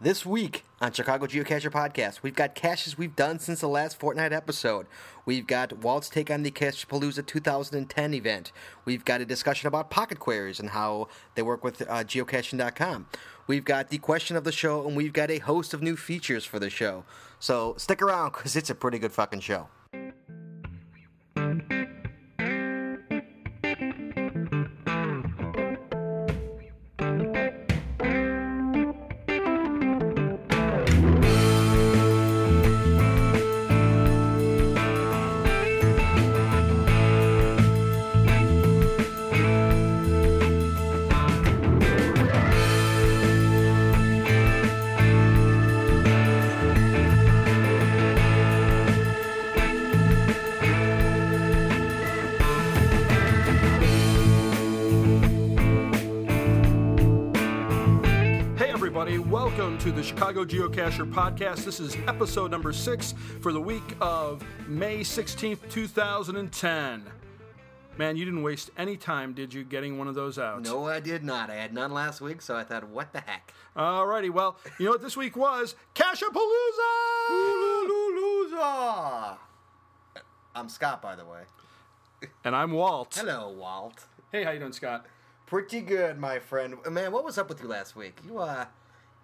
This week on Chicago Geocacher Podcast, we've got caches we've done since the last Fortnite episode. We've got Walt's take on the Cachepalooza 2010 event. We've got a discussion about pocket queries and how they work with uh, geocaching.com. We've got the question of the show, and we've got a host of new features for the show. So stick around because it's a pretty good fucking show. Hey, everybody, welcome to the Chicago Geocacher Podcast. This is episode number six for the week of May 16th, 2010. Man, you didn't waste any time, did you, getting one of those out? No, I did not. I had none last week, so I thought, what the heck? Alrighty, well, you know what this week was? Cachapalooza! I'm Scott, by the way. And I'm Walt. Hello, Walt. Hey, how you doing, Scott? Pretty good, my friend. Uh, Man, what was up with you last week? You uh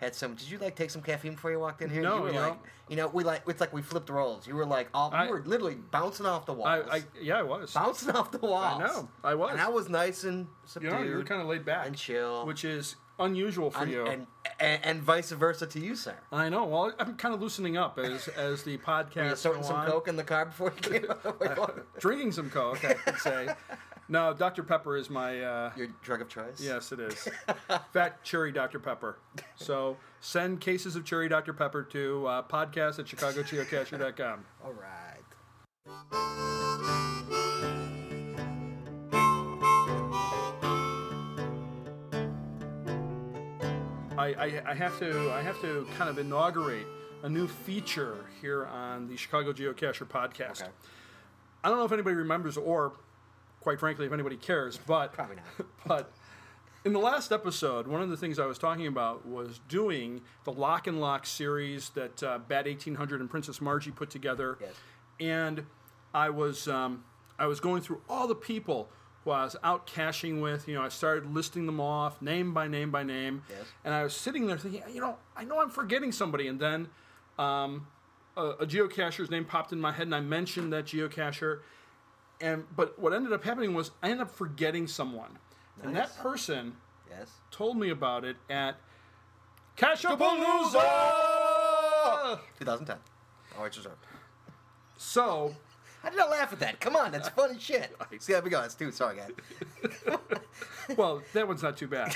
had some. Did you like take some caffeine before you walked in here? No, you were you like, know. you know, we like it's like we flipped roles. You were like, off. I- you were literally bouncing off the I, walls. I Yeah, I was. bouncing off the walls. I know, I was. And I was nice and You subdued. know, you were kind of laid back. and chill. Which is unusual for and, you. and, and and vice versa to you, sir. I know. Well, I'm kind of loosening up as as the podcast. You sorting go some on. coke in the car before you came. out. drinking some Coke, I could say. No, Dr. Pepper is my. Uh, Your drug of choice. yes, it is. Fat Cherry Dr. Pepper. So send cases of Cherry Dr. Pepper to uh, podcast at chicagogeocacher.com. All right. I, I, I have to I have to kind of inaugurate a new feature here on the Chicago Geocacher podcast. Okay. I don't know if anybody remembers, or quite frankly, if anybody cares, but Probably not. but in the last episode, one of the things I was talking about was doing the Lock and Lock series that uh, Bat 1800 and Princess Margie put together, Yes. and I was um, I was going through all the people who I was out caching with. You know, I started listing them off name by name by name, Yes. and I was sitting there thinking, you know, I know I'm forgetting somebody, and then um, a, a geocacher's name popped in my head, and I mentioned that geocacher and but what ended up happening was I ended up forgetting someone, and that person Yes. told me about it at Cachapalooza. 2010. Oh, it's reserved. So How did I laugh at that? Come on, that's funny shit. See how we go. That's two. Sorry, guys. Well, that one's not too bad.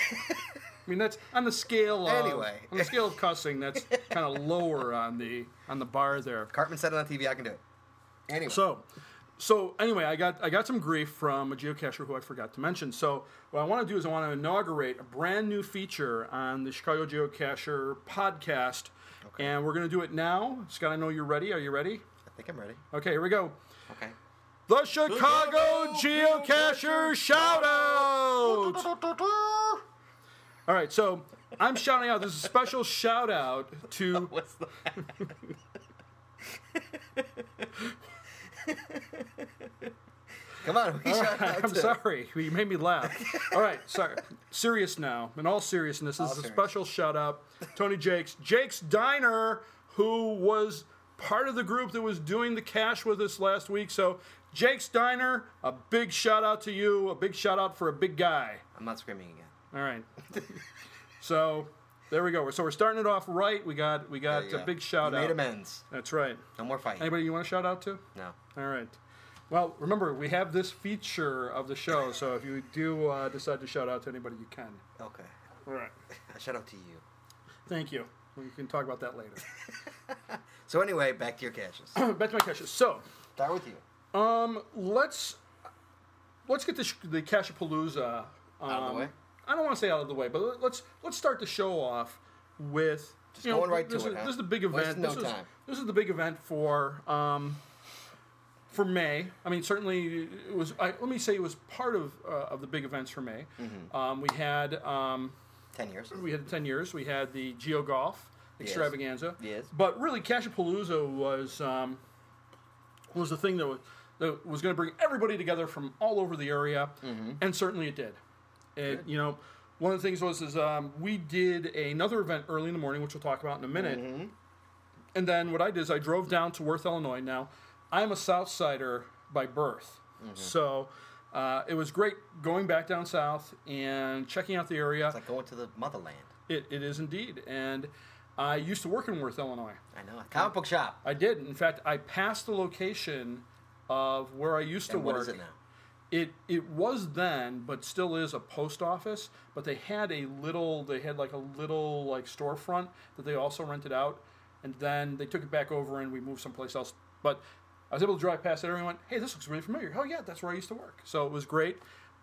I mean, that's on the scale of Anyway. on the scale of cussing. That's kind of lower on the on the bar there. Cartman said it on TV. I can do it. Anyway, So, so anyway, I got I got some grief from a geocacher who I forgot to mention. So what I want to do is I want to inaugurate a brand new feature on the Chicago Geocacher podcast, and we're going to do it now. Scott, I know you're ready. Are you ready? I think I'm ready. Okay, here we go. Okay. The Chicago Geocacher shout out. All right, so I'm shouting out. This is a special shout out to What's the? Come on, we shout out I'm to- sorry. You made me laugh. All right, sorry. Serious now. In all seriousness, this is a serious. special shout out. Tony Jakes, Jake's Diner, who was part of the group that was doing the cash with us last week. So, Jake's Diner, a big shout out to you. A big shout out for a big guy. I'm not screaming again. All right. so, there we go. So we're starting it off right. We got we got Yeah, yeah. a big shout You out. Made amends. That's right. No more fighting. Anybody you want to shout out to? No. All right. Well, remember we have this feature of the show, so if you do uh, decide to shout out to anybody, you can. Okay. All right. A shout out to you. Thank you. We can talk about that later. So anyway, back to your caches. Back to my caches. So, Start with you. um, let's let's get the sh- the Cachapalooza um, Out of the way? I don't want to say out of the way, but let- let's let's start the show off with Just going right to this it, is- huh? This is the big Wasting event. no this, time. Is, this is the big event for um, for May. I mean, certainly it was. I, let me say it was part of uh, of the big events for Mm-hmm. May. Um, we had um, Ten years. we had ten years. We had the Geo Golf extravaganza. Yes. But really, Cashapalooza was um, was the thing that was, that was going to bring everybody together from all over the area, and certainly it did. It, you know, one of the things was is um, we did another event early in the morning, which we'll talk about in a minute. And then what I did is I drove down to Worth, Illinois. Now, I'm a South Sider by birth. So uh, it was great going back down south and checking out the area. It's like going to the motherland. It, it is indeed. And I used to work in Worth, Illinois. I know. A comic book shop. I did. In fact, I passed the location of where I used to And work. what is it now? It it was then, but still is a post office. But they had a little, they had like a little like storefront that they also rented out, and then they took it back over and we moved someplace else. But I was able to drive past it and went, "Hey, this looks really familiar." Oh yeah, that's where I used to work. So it was great.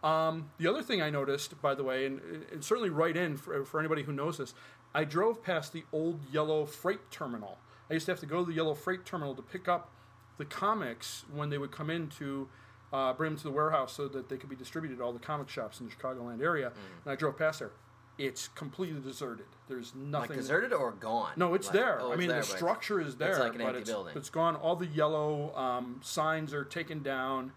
Um, the other thing I noticed, by the way, and, and certainly right in for, for anybody who knows this, I drove past the old yellow freight terminal. I used to have to go to the yellow freight terminal to pick up the comics when they would come in to uh, bring them to the warehouse so that they could be distributed to all the comic shops in the Chicagoland area. Mm. And I drove past there. It's completely deserted. There's nothing. Like deserted or gone? No, it's Like- there. oh, I it's mean, there, the but- structure is there, like an but empty it's, building. it's gone. All the yellow um, signs are taken down,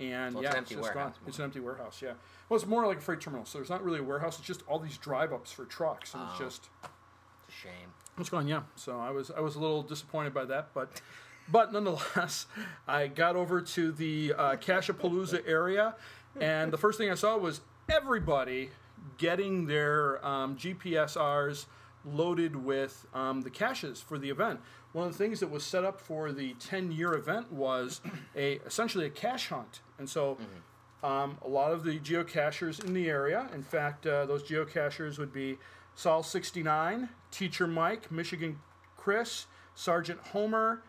and So it's yeah, an empty just gone. warehouse more. It's an empty warehouse. Yeah. Well, it's more like a freight terminal, so there's not really a warehouse. It's just all these drive ups for trucks, and it's Oh. just It's a shame. it's gone. Yeah. So I was I was a little disappointed by that, but but nonetheless, I got over to the uh, Cashapalooza area, and the first thing I saw was everybody getting their um, GPSRs loaded with um, the caches for the event. One of the things that was set up for the 10 year event was a essentially a cache hunt, and so. Um, a lot of the geocachers in the area. In fact, uh, those geocachers would be Saul69, Teacher Mike, Michigan Chris, Sergeant Homer,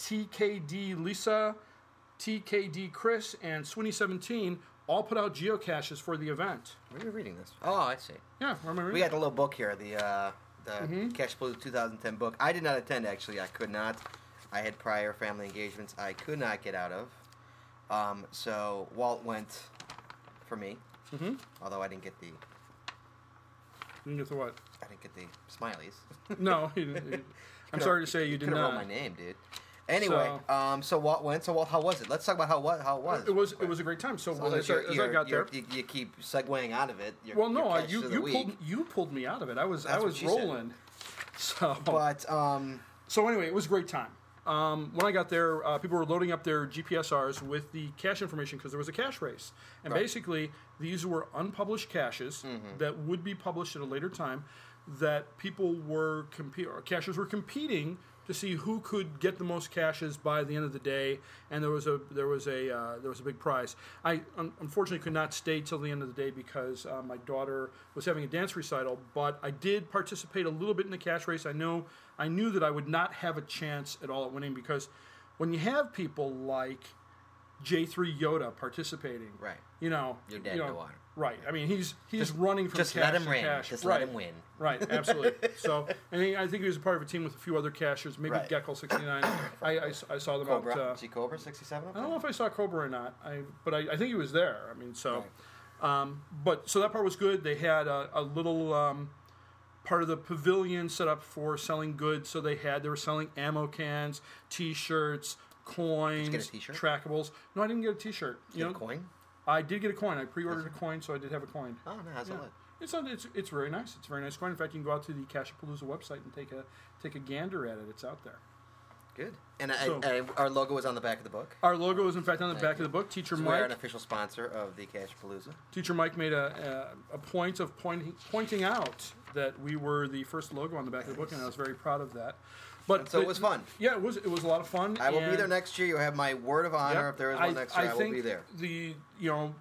TKD Lisa, TKD Chris, and Sweeney17 all put out geocaches for the event. Where are you reading this? Oh, I see. Yeah, remember? We got the little book here, the uh, the Mm-hmm. Cash Blues 2010 book. I did not attend actually. I could not. I had prior family engagements I could not get out of. Um, so Walt went for me. Mm-hmm. Although I didn't get the You get the what? I didn't get the smileys. No, he didn't- he- I'm sorry to say you did Could have not. wrote my name, dude. Anyway, um, so Walt went. So Walt, how was it? Let's talk about how what how it was. It was it was a great time. So, Well, as, I- as I got there, You, you keep segueing out of it. Your, well, no, your I, catch you of the you week. pulled you pulled me out of it. I was I That's what was she said. rolling. So, But um, So anyway, it was a great time. Um, when I got there, uh, people were loading up their GPSRs with the cache information because there was a cache race, and basically these were unpublished caches that would be published at a later time. That people were comp- or caches were competing to see who could get the most caches by the end of the day, and there was a there was a uh, there was a big prize. I un- unfortunately could not stay till the end of the day because uh, my daughter was having a dance recital, but I did participate a little bit in the cash race. I know I knew that I would not have a chance at all at winning because when you have people like J3 Yoda participating, Right. You know, You're dead you in know, the water. Right. I mean, he's he's running from just cash let him to win. cash. Just right. let him win. Right, absolutely. so, and he, I think he was a part of a team with a few other cashers, maybe Right. Gecko sixty nine. I, I s- I saw them Cobra, out. Uh, see Cobra sixty seven. I don't know if I saw Cobra or not, I, but I, I think he was there. I mean, so, um, but so that part was good. They had a, a little um, part of the pavilion set up for selling goods. So they had they were selling ammo cans, T-shirts, coins, get a t-shirt? trackables. No, I didn't get a T-shirt. You, Get know, a coin? I did get a coin. I pre-ordered a coin, so I did have a coin. Oh no, how's Yeah. it look? It's, not, it's it's very nice. It's a very nice coin. In fact, you can go out to the Cashapalooza website and take a take a gander at it. It's out there. Good. And I, So- I, our logo was on the back of the book. Our logo is in fact on the Thank back you. of the book. Teacher So we are Mike. an official sponsor of the Cash Palooza. Teacher Mike made a, a, a point of pointing pointing out that we were the first logo on the back of the book, and I was very proud of that. But And so it was fun. Yeah, it was it was a lot of fun. I will be and- there next year. You have my word of honor. Yep, If there is I- one next year, I, will think be there. The you know.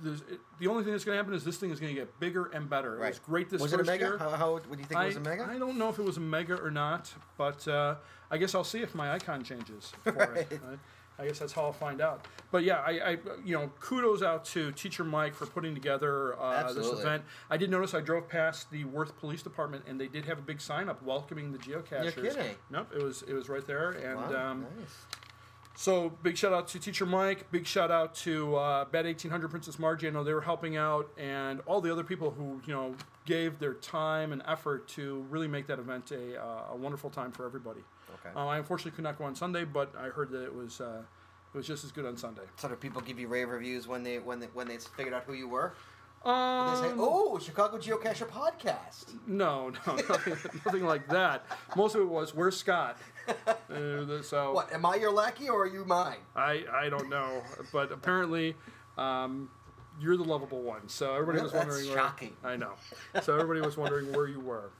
there's- The only thing that's going to happen is this thing is going to get bigger and better. It was great this was it first a mega? year. How, how, what do you think I, it was a mega? I don't know if it was a mega or not, but uh, I guess I'll see if my icon changes for it. I, I guess that's how I'll find out. But yeah, I, I you know kudos out to Teacher Mike for putting together uh, this Absolutely. event. I did notice I drove past the Worth Police Department and they did have a big sign up welcoming the geocachers. kidding. Nope, it was it was right there and. Wow, um, nice. So big shout out to Teacher Mike. Big shout out to uh, Bad eighteen hundred Princess Margie. I know they were helping out, and all the other people who you know gave their time and effort to really make that event a, uh, a wonderful time for everybody. Okay. Uh, I unfortunately could not go on Sunday, but I heard that it was uh, it was just as good on Sunday. So do people give you rave reviews when they when they when they figured out who you were? They say, Um, "Oh, Chicago Geocacher podcast." no, no, nothing, nothing like that. Most of it was where's Scott. Uh, so What am I your lackey or are you mine? I, I don't know, but apparently, um, you're the lovable one. So everybody Yeah, was that's wondering. shocking. Where, I know. So everybody was wondering where you were.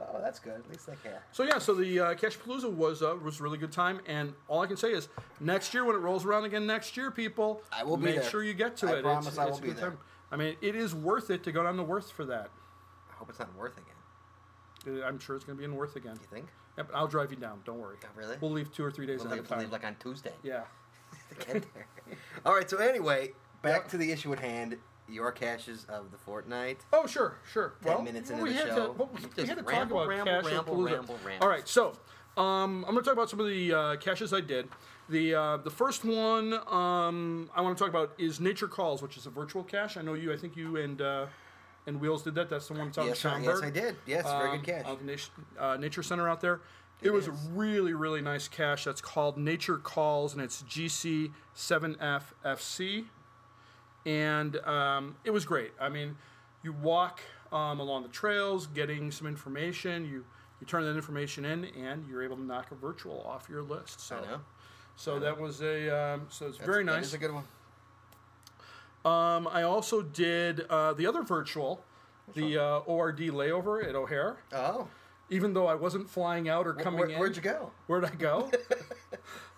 Oh, that's good. At least they care. So yeah, so the uh, Cashpalooza was uh, was a really good time, and all I can say is next year when it rolls around again next year, people, I will be make there. sure you get to I it. promise I will a be good there. Time. I mean, it is worth it to go down to Worth for that. I hope it's not worth again. Uh, I'm sure it's going to be in Worth again. You think? Yep, I'll drive you down. Don't worry. Oh, really? We'll leave two or three days We'll ahead leave, of time. leave like on Tuesday yeah. to get there. All right. So anyway, back to the issue at hand. Your caches of the fortnight. Oh, sure, sure. Ten well, minutes well, into we the had show, To, well, we you we just had to ramble, talk about ramble, cash ramble, Palooza. ramble, ramble. All right, so um, I'm going to talk about some of the uh, caches I did. The uh, the first one um, I want to talk about is Nature Calls, which is a virtual cache. I know you. I think you and uh, and Wheels did that. That's the one that's out Yes, in I- yes, Schaumburg. I did. Yes, very good cache. out Um, of Nation- uh, Nature Center out there. It, was a is. really really nice cache that's called Nature Calls, and it's GC seven FFC and um, it was great. I mean, you walk um, along the trails, getting some information. You you turn that information in, and you're able to knock a virtual off your list. So, I know. so that was a um, so it's That's- very that nice. is a Oh, good one. Um, I also did uh, the other virtual, the uh, ORD layover at O'Hare. Oh, Even though I wasn't flying out or coming where, in, where'd you go? Where'd I go?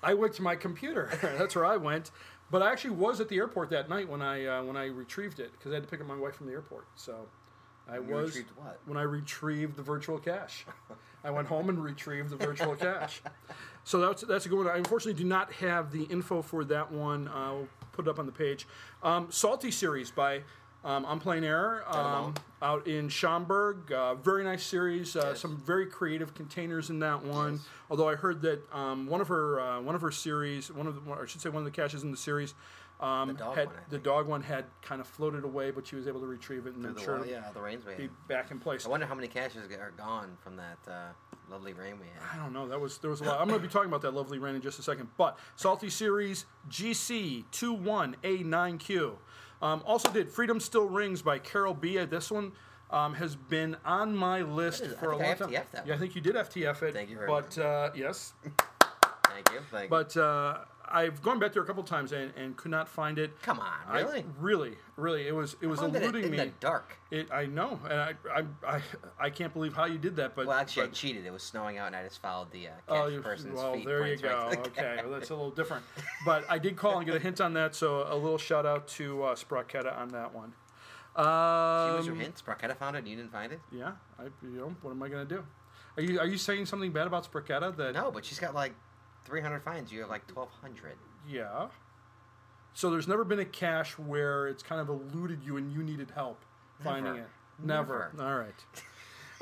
I went to my computer. That's where I went. But I actually was at the airport that night when I uh, when I retrieved it because I had to pick up my wife from the airport. So I You was retrieved what? when I retrieved the virtual cache. I went home and retrieved the virtual cache. So that's that's a good one. I unfortunately do not have the info for that one. I'll put it up on the page. Um, Salty series by um, On Plain Air um, out in Schaumburg. Uh, very nice series. Uh, Some very creative containers in that one. Although I heard that um, one of her uh, one of her series, one of the, or I should say one of the caches in the series. Um, The dog had, one, I the dog one had kind of floated away, but she was able to retrieve it, and I'm The sure one- yeah, the rains we be had. back in place. I wonder how many caches g- are gone from that uh, lovely rain we had. I don't know. That was there was a lot. I'm going to be talking about that lovely rain in just a second. But Salty Series GC 21A9Q. Um, also did Freedom Still Rings by Carol Bia. This one um, has been on my list is- I for a think I long time. FTF that yeah, I think you did FTF it. Thank you very But uh, yes, Thank you. Thank but uh, I've gone back there a couple times and, and could not find it. you. Come on, I- really? really, really, it was it was Found it eluding in me. the dark. It, I know, and I, I, I, I can't believe how you did that. But Well, actually, I but- cheated. It was snowing out, and I just followed the uh, cash Oh, you, person's well, feet. there you prints right go. to the okay, well, that's a little different. But I did call and get a hint on that, so a little shout out to uh, Sprocketta on that one. She was your Um, hint. Sprocketta found it, and you didn't find it. yeah, I, you know, what am I going to do? Are you are you saying something bad about Sprocketta? That No, but she's got like 300 finds. You have like 1,200. yeah. So there's never been a cache where it's kind of eluded you and you needed help finding Never. it. Never. All right.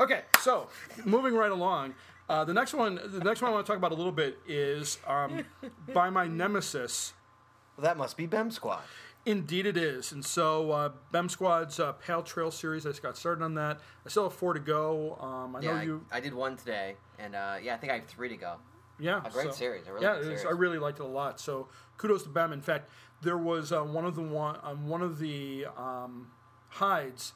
Okay, so moving right along, uh, the next one, the next one I want to talk about a little bit is um, by my nemesis. Well, that must be Bem Squad. Indeed, it is. And so, uh, BEM Squad's uh, Pale Trail series, I just got started on that. I still have four to go. Um, I Yeah, know I, you. I did one today, and uh, yeah, I think I have three to go. Yeah, A great so- series. I really yeah, like the it is. series. I really liked it a lot. So kudos to Bem. In fact, there was uh, one of the one um, one of the um, hides.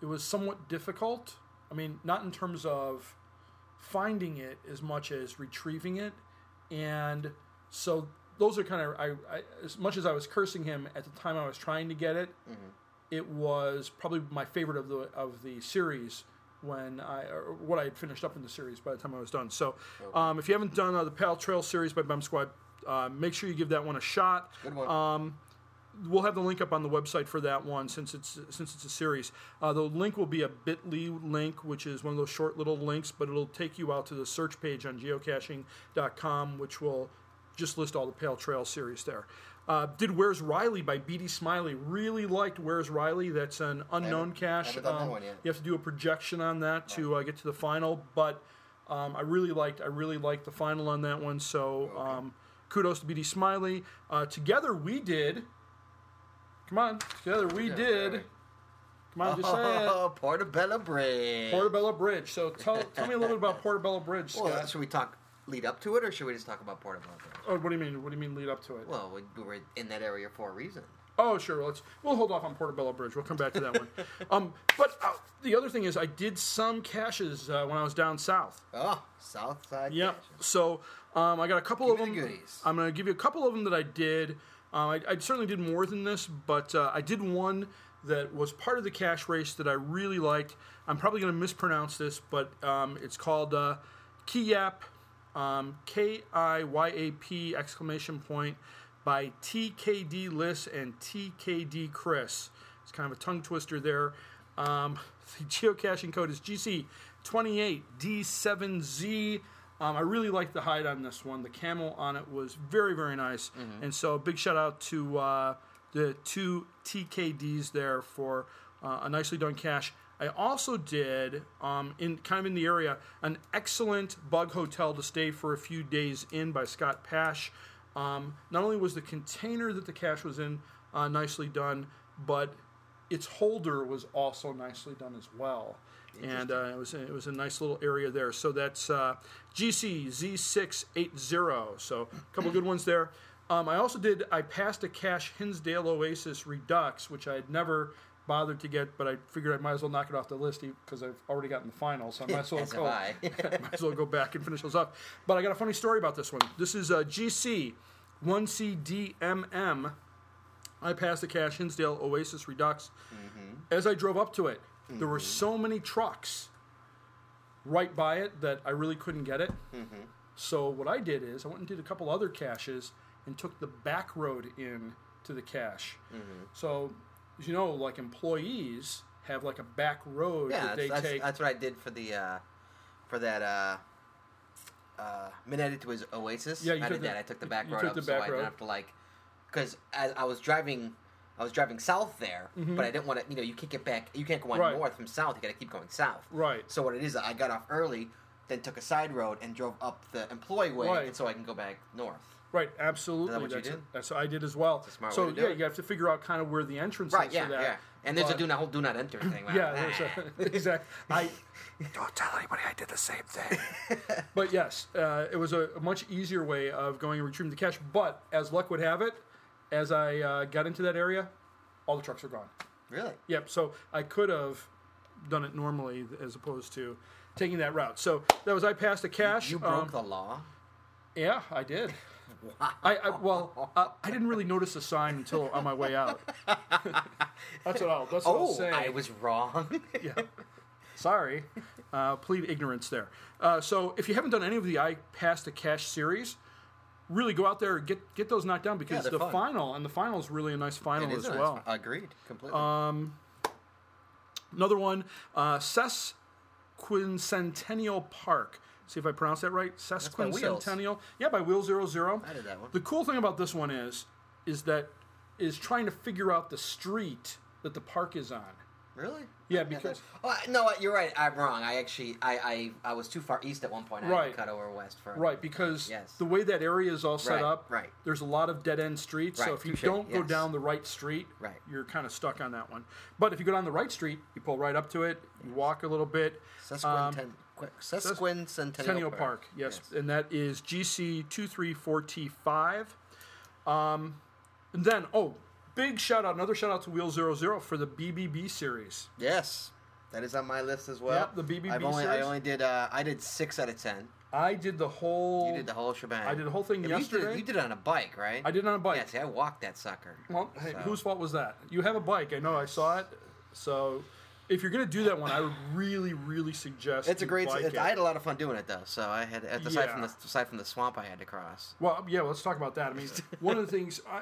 It was somewhat difficult. I mean, not in terms of finding it as much as retrieving it, and so those are kind of I, I as much as I was cursing him at the time I was trying to get it. Mm-hmm. It was probably my favorite of the of the series when I or what I had finished up in the series by the time I was done. So, um, if you haven't done uh, the Pal Trail series by Bum Squad, uh, make sure you give that one a shot. Good one. Uh, We'll have the link up on the website for that one since it's since it's a series. Uh, the link will be a Bitly link, which is one of those short little links, but it'll take you out to the search page on geocaching.com, which will just list all the Pale Trail series there. Uh, did Where's Riley by BD Smiley. Really liked Where's Riley. That's an unknown cache. haven't done that Um, one yet. You have to do a projection on that to uh, get to the final, but um, I really liked I really liked the final on that one. So um, Kudos to BD Smiley. Uh, together we did. Come on, together we did. right. Come on, just say it. Oh, Portobello Bridge. Portobello Bridge. So tell tell me a little bit about Portobello Bridge, Scott. Well, should we talk lead up to it, or should we just talk about Portobello Bridge? oh, what do you mean? What do you mean lead up to it? Well, we we're in that area for a reason. Oh, sure. Let's we'll hold off on Portobello Bridge. We'll come back to that one. Um, but uh, the other thing is, I did some caches uh, when I was down south. Oh, Southside. Yep. Connection. So um, I got a couple Give of me them. the goodies. I'm going to give you a couple of them that I did. Um, I, I certainly did more than this, but uh, I did one that was part of the cash race that I really liked. I'm probably going to mispronounce this, but um, it's called uh, Kiyap, um, K I Y A P exclamation point by TKD Liss and TKD Chris. It's kind of a tongue twister there. Um, the geocaching code is GC28D7Z. Um, I really liked the hide on this one. The camel on it was very, very nice. And so, a big shout out to uh, the two TKDs there for uh, a nicely done cache. I also did, um, in kind of in the area, an excellent bug hotel to stay for a few days in by Scott Pash. Um, not only was the container that the cache was in uh, nicely done, but its holder was also nicely done as well. And uh, it was it was a nice little area there. So that's uh, GC Z680. So a couple good ones there. Um, I also did I passed a cache Hinsdale Oasis Redux, which I had never bothered to get, but I figured I might as well knock it off the list because I've already gotten the final, so oh. I might as well As go. have I. might as well go back and finish those up. But I got a funny story about this one. This is uh, GC 1CDMM. I passed the Cash Hinsdale Oasis Redux. Mm-hmm. As I drove up to it, there were so many trucks right by it that I really couldn't get it. Mm-hmm. So what I did is I went and did a couple other caches and took the back road in to the cache. Mm-hmm. So, as you know, like employees have like a back road Yeah, that they that's, that's, take. that's what I did for the uh, for that uh, uh, Minetta to his Oasis. Yeah, you I took did the- that. I took the you- back you road took up, the so back I didn't road. have to like because I, I was driving. I was driving south there, but I didn't want to. You know, you can't get back. You can't go on Mm-hmm. Right. north from south. You got to keep going south. Right. So what it is, I got off early, then took a side road and drove up the employee way, Right. so I can go back north. Right, absolutely. Is that what you that's, did? that's what I did as well. smart so way to do yeah, it. you have to figure out kind of where the entrance Right. is Yeah. for that. Yeah. And there's a But- do not whole do not enter thing. Wow. Yeah, there's a, exactly. I don't tell anybody I did the same thing. but yes, uh, it was a, a much easier way of going and retrieving the cash. But as luck would have it, as I uh, got into that area, all the trucks are gone. really? Yep. So I could have done it normally as opposed to taking that route. So that was I passed a cash. You broke um, the law. Yeah, I did. I, I well, uh, I didn't really notice the sign until on my way out. that's what I'll. That's what I'll Oh, say. I was wrong. yeah. Sorry. Uh, plead ignorance there. Uh, so if you haven't done any of the I Passed the Cash series, really go out there and get get those knocked down because they're the fun. final and the final is really a nice final as It is a nice well. Uh, one. Agreed. Completely. Another one, uh, Sesquicentennial Park. See if I pronounce that right. by Wheels. Sesquicentennial. Yeah, by Wheel Zero Zero. I did that one. The cool thing about this one is, is that is trying to figure out the street that the park is on. really? Yeah, I because- thought- Oh, I- no, you're right. I'm wrong. I actually, I, I, I was too far east at one point. I had to Right. cut over west for. Right, because Yes. the way that area is all set Right, up, right. there's a lot of dead end streets. Right, so if you touche, don't go yes. down the right street, Right. you're kind of stuck on that one. But if you go down the right street, you pull right up to it, you walk a little bit. Sesquinten- Qu- Sesquicentennial Um, Centennial Park, yes, and that is GC two three four T five. Um, and then oh, big shout out, another shout out to Wheel Zero Zero for the BBB series. Yes, that is on my list as well. Yep, the BBB I've only, I series. only did, uh, I did six out of ten. I did the whole. You did the whole shebang. I did the whole thing And You yesterday. did, you did it on a bike, right? I did it on a bike. Yeah, see, I walked that sucker. Well, hey, So- whose fault was that? You have a bike. I know. I saw it. So, if you're gonna do that one, I would really, really suggest. It's a you great. Bike It's, it. I had a lot of fun doing it though. So I had aside from the Yeah. aside from the swamp I had to cross. well, yeah. Let's talk about that. I mean, one of the things. I,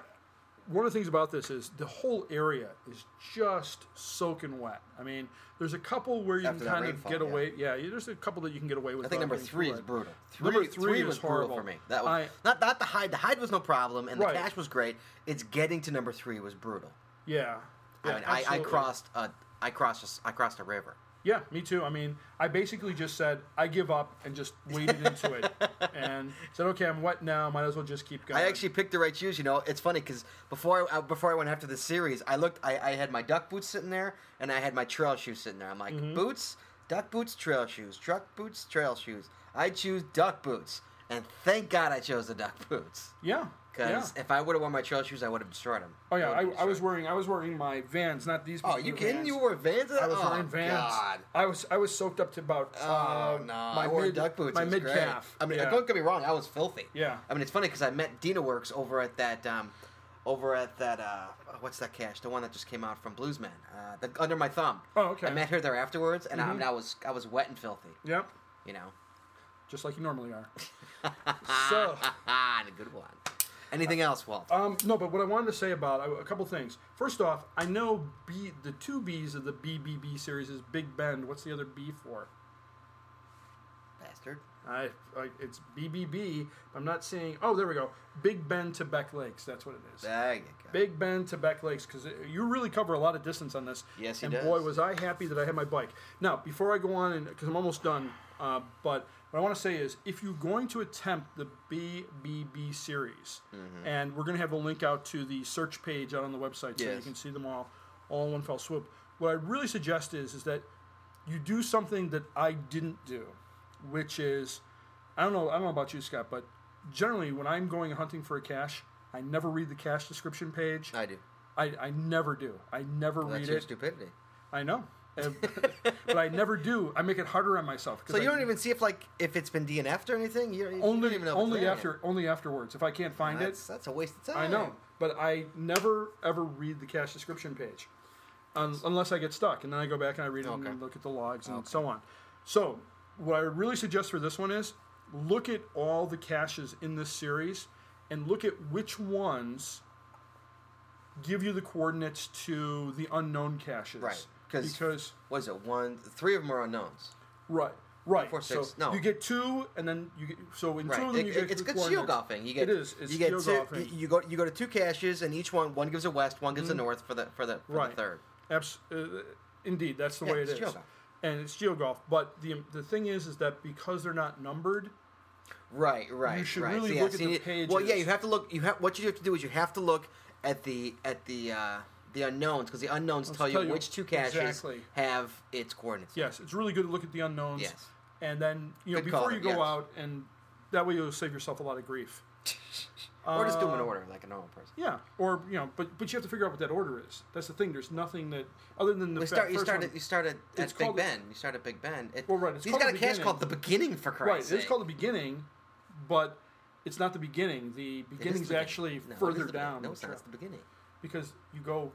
one of the things about this is the whole area is just soaking wet. I mean, there's a couple where you After can that kind rainfall, of get yeah. away. Yeah. there's a couple that you can get away with. I think without number being three too is wet. brutal. Three, Number three is was brutal horrible. for me. That was I- not not the hide. The hide was no problem, and the Right. cash was great. It's getting to number three was brutal. Yeah. I Yeah, mean, I, I absolutely. crossed a I crossed a, s- I crossed a river. Yeah, me too. I mean, I basically just said I give up and just waded into it, and said, "Okay, I'm wet now. Might as well just keep going." I actually picked the right shoes. You know, it's funny because before I, uh, before I went after the series, I looked. I, I had my duck boots sitting there, and I had my trail shoes sitting there. I'm like, Mm-hmm. boots, duck boots, trail shoes, truck boots, trail shoes. I choose duck boots, and thank God I chose the duck boots yeah, yeah. because if I would have worn my trail shoes, I would have destroyed them. Oh yeah, I, I was wearing I was wearing my Vans, not these. Oh, you particular kidding? Vans. You wore Vans? I was oh, wearing Vans. God. I was I was soaked up to about Oh uh, no! my I wore mid, duck boots. my It was mid great. calf. I mean, yeah. don't get me wrong. I was filthy. Yeah. I mean, it's funny because I met Dina Works over at that, um, over at that. Uh, what's that cash? The one that just came out from Bluesman. Uh, the Under My Thumb. Oh, okay. Mm-hmm. I met her there afterwards, and I, I, mean, I was I was wet and filthy. Yep, You know, just like you normally are. so. ah, the good one. Anything else, Walt? Um, no, but what I wanted to say about I- a couple things. First off, I know B, the two B's of the BBB series is Big Bend. What's the other B for? Bastard. I, I it's BBB. I'm not seeing. Oh, there we go. Big Bend to Beck Lakes. That's what it is. There you go. Big Bend to Beck Lakes because you really cover a lot of distance on this. Yes, he and does. boy, was I happy that I had my bike. Now, before I go on, and because I'm almost done, uh, but what I want to say is, if you're going to attempt the BBB series, Mm-hmm. and we're going to have a link out to the search page out on the website, so you Yes. can see them all, all in one fell swoop. What I really suggest is, is that you do something that I didn't do, which is, I don't know, I don't know about you, Scott, but generally when I'm going hunting for a cache, I never read the cache description page. I do. I, I never do. I never That's read your it. stupidity. I know, And- but I never do. I make it harder on myself. 'cause So I- you don't even see if like if it's been DNF'd or anything. You, you only don't even know if it's only there. after only afterwards. If I can't find it, That's, that's a waste of time. I know, but I never ever read the cache description page, un- unless I get stuck, and then I go back and I read them Okay. and look at the logs and so on. So, what I would really suggest for this one is look at all the caches in this series and look at which ones give you the coordinates to the unknown caches, Right, 'cause- Because What is it? One, three of them are unknowns. right. Right, Four, so six, no. you get two, and then you get so in two Right. of them It- you it- get it's the good shield coordinates. golfing. You get it is. It's you get shield two, golfing. Mm-hmm. You go you go to two caches, and each one one gives a west, one gives a north for the for the, for the Right. third. Abs- uh, indeed, that's the Yeah, way it it's is. geogolf. And it's geogolf. But the the thing is, is that because they're not numbered, Right, right. You should right. really So, look at so you the need- Well, yeah, pages. you have to look. You have what you have to do is you have to look at the at the uh, the unknowns because the unknowns tell, tell you you which two caches exactly. have its coordinates. yes, it's really good to look at the unknowns. Yes. And then you know Good before call, you go yes. out, and that way you'll save yourself a lot of grief. Or just do them in order like a normal person. um, Yeah. Or you know, but but you have to figure out what that order is. That's the thing. There's nothing that other than the We fa- start. You first start. one- At, you start at, It's at Big called- Ben. You start at Big Ben. It, Well, right, it's He's called got a the cache beginning. called the beginning for Christ's right. It's sake. called the beginning, but it's not the beginning. It The is the beginning's beginning. actually No, it is the further beginning. down No, the it's not. trail It's the beginning. because you go.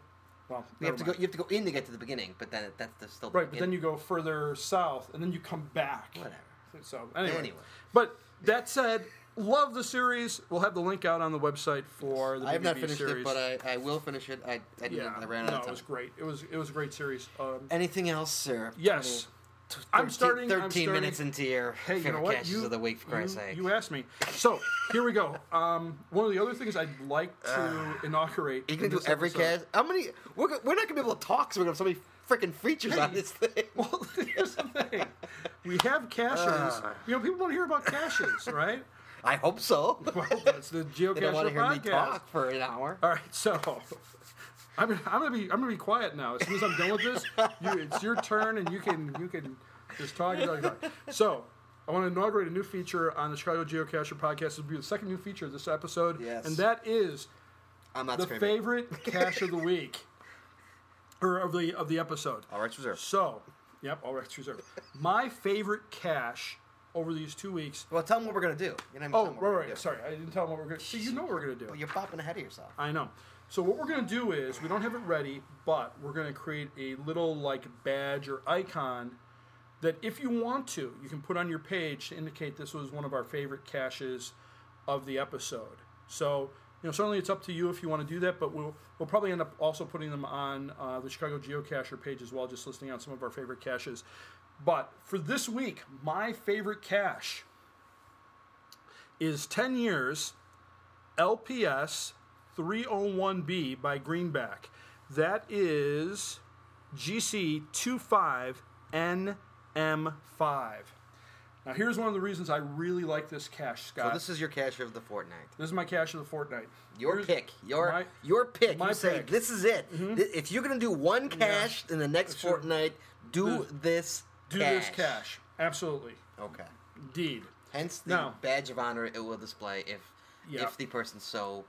Well, You have never to mind. go. You have to go in to get to the beginning, but then it, that's the, still the Right, but then beginning. you go further south, and then you come back. Whatever. So anyway. Anyway. but that said, love the series. We'll have the link out on the website for the I have not BBB finished series. it, but I, I will finish it. I, I, didn't, yeah, I ran out no, of it time. was great. It was it was a great series. Um, Anything else, sir? yes, I'm starting. I'm 13 starting- minutes into your Hey, you favorite know what? caches You, of the week, for you, Christ's sake. you asked me. So here we go. Um, one of the other things I'd like to inaugurate. Ah. you in can do this every cache. episode- How many? We're, go- we're not gonna be able to talk, so we have so many freaking features on this thing. Well, here's the thing. We have caches. Ah. you know, people want to hear about caches, right? I hope so. Well, that's the they don't want geocacher to hear me podcast. Uh, talk for an hour. All right, so I'm, gonna- I'm gonna be I'm gonna be quiet now. As soon as I'm done with this, you, it's your turn, and you can you can just talk and talk. And talk. So I want to inaugurate a new feature on the Chicago Geocacher podcast. This will be the second new feature of this episode, Yes. and that is I'm not the screaming. favorite cache of the week or of the of the episode. All rights reserved. So, yep, all rights reserved. My favorite cache over these two weeks. Well, tell them what we're gonna do. You know, Oh, what right, we're right. gonna do. Sorry, I didn't tell them what we're gonna. See, you know what we're gonna do. Well, You're popping ahead of yourself. I know. So what we're going to do is we don't have it ready, but we're going to create a little like badge or icon that if you want to, you can put on your page to indicate this was one of our favorite caches of the episode. So, you know, certainly it's up to you if you want to do that, but we'll we'll probably end up also putting them on uh, the Chicago Geocacher page as well, just listing out some of our favorite caches. But for this week, my favorite cache is 10 years LPS 301B by Greenback. That is GC 25 NM5. Now, here's one of the reasons I really like this cache, Scott. So this is your cache of the fortnight. This is my cache of the Fortnite. Your Here's pick. Your my- your pick. my you say pick. Mm-hmm. this is it. Th- If you're gonna do one cache in the next Sure. fortnight, do this. do this cache. Absolutely. Okay. Indeed. Hence the Now- badge of honor it will display if Yeah. if the person so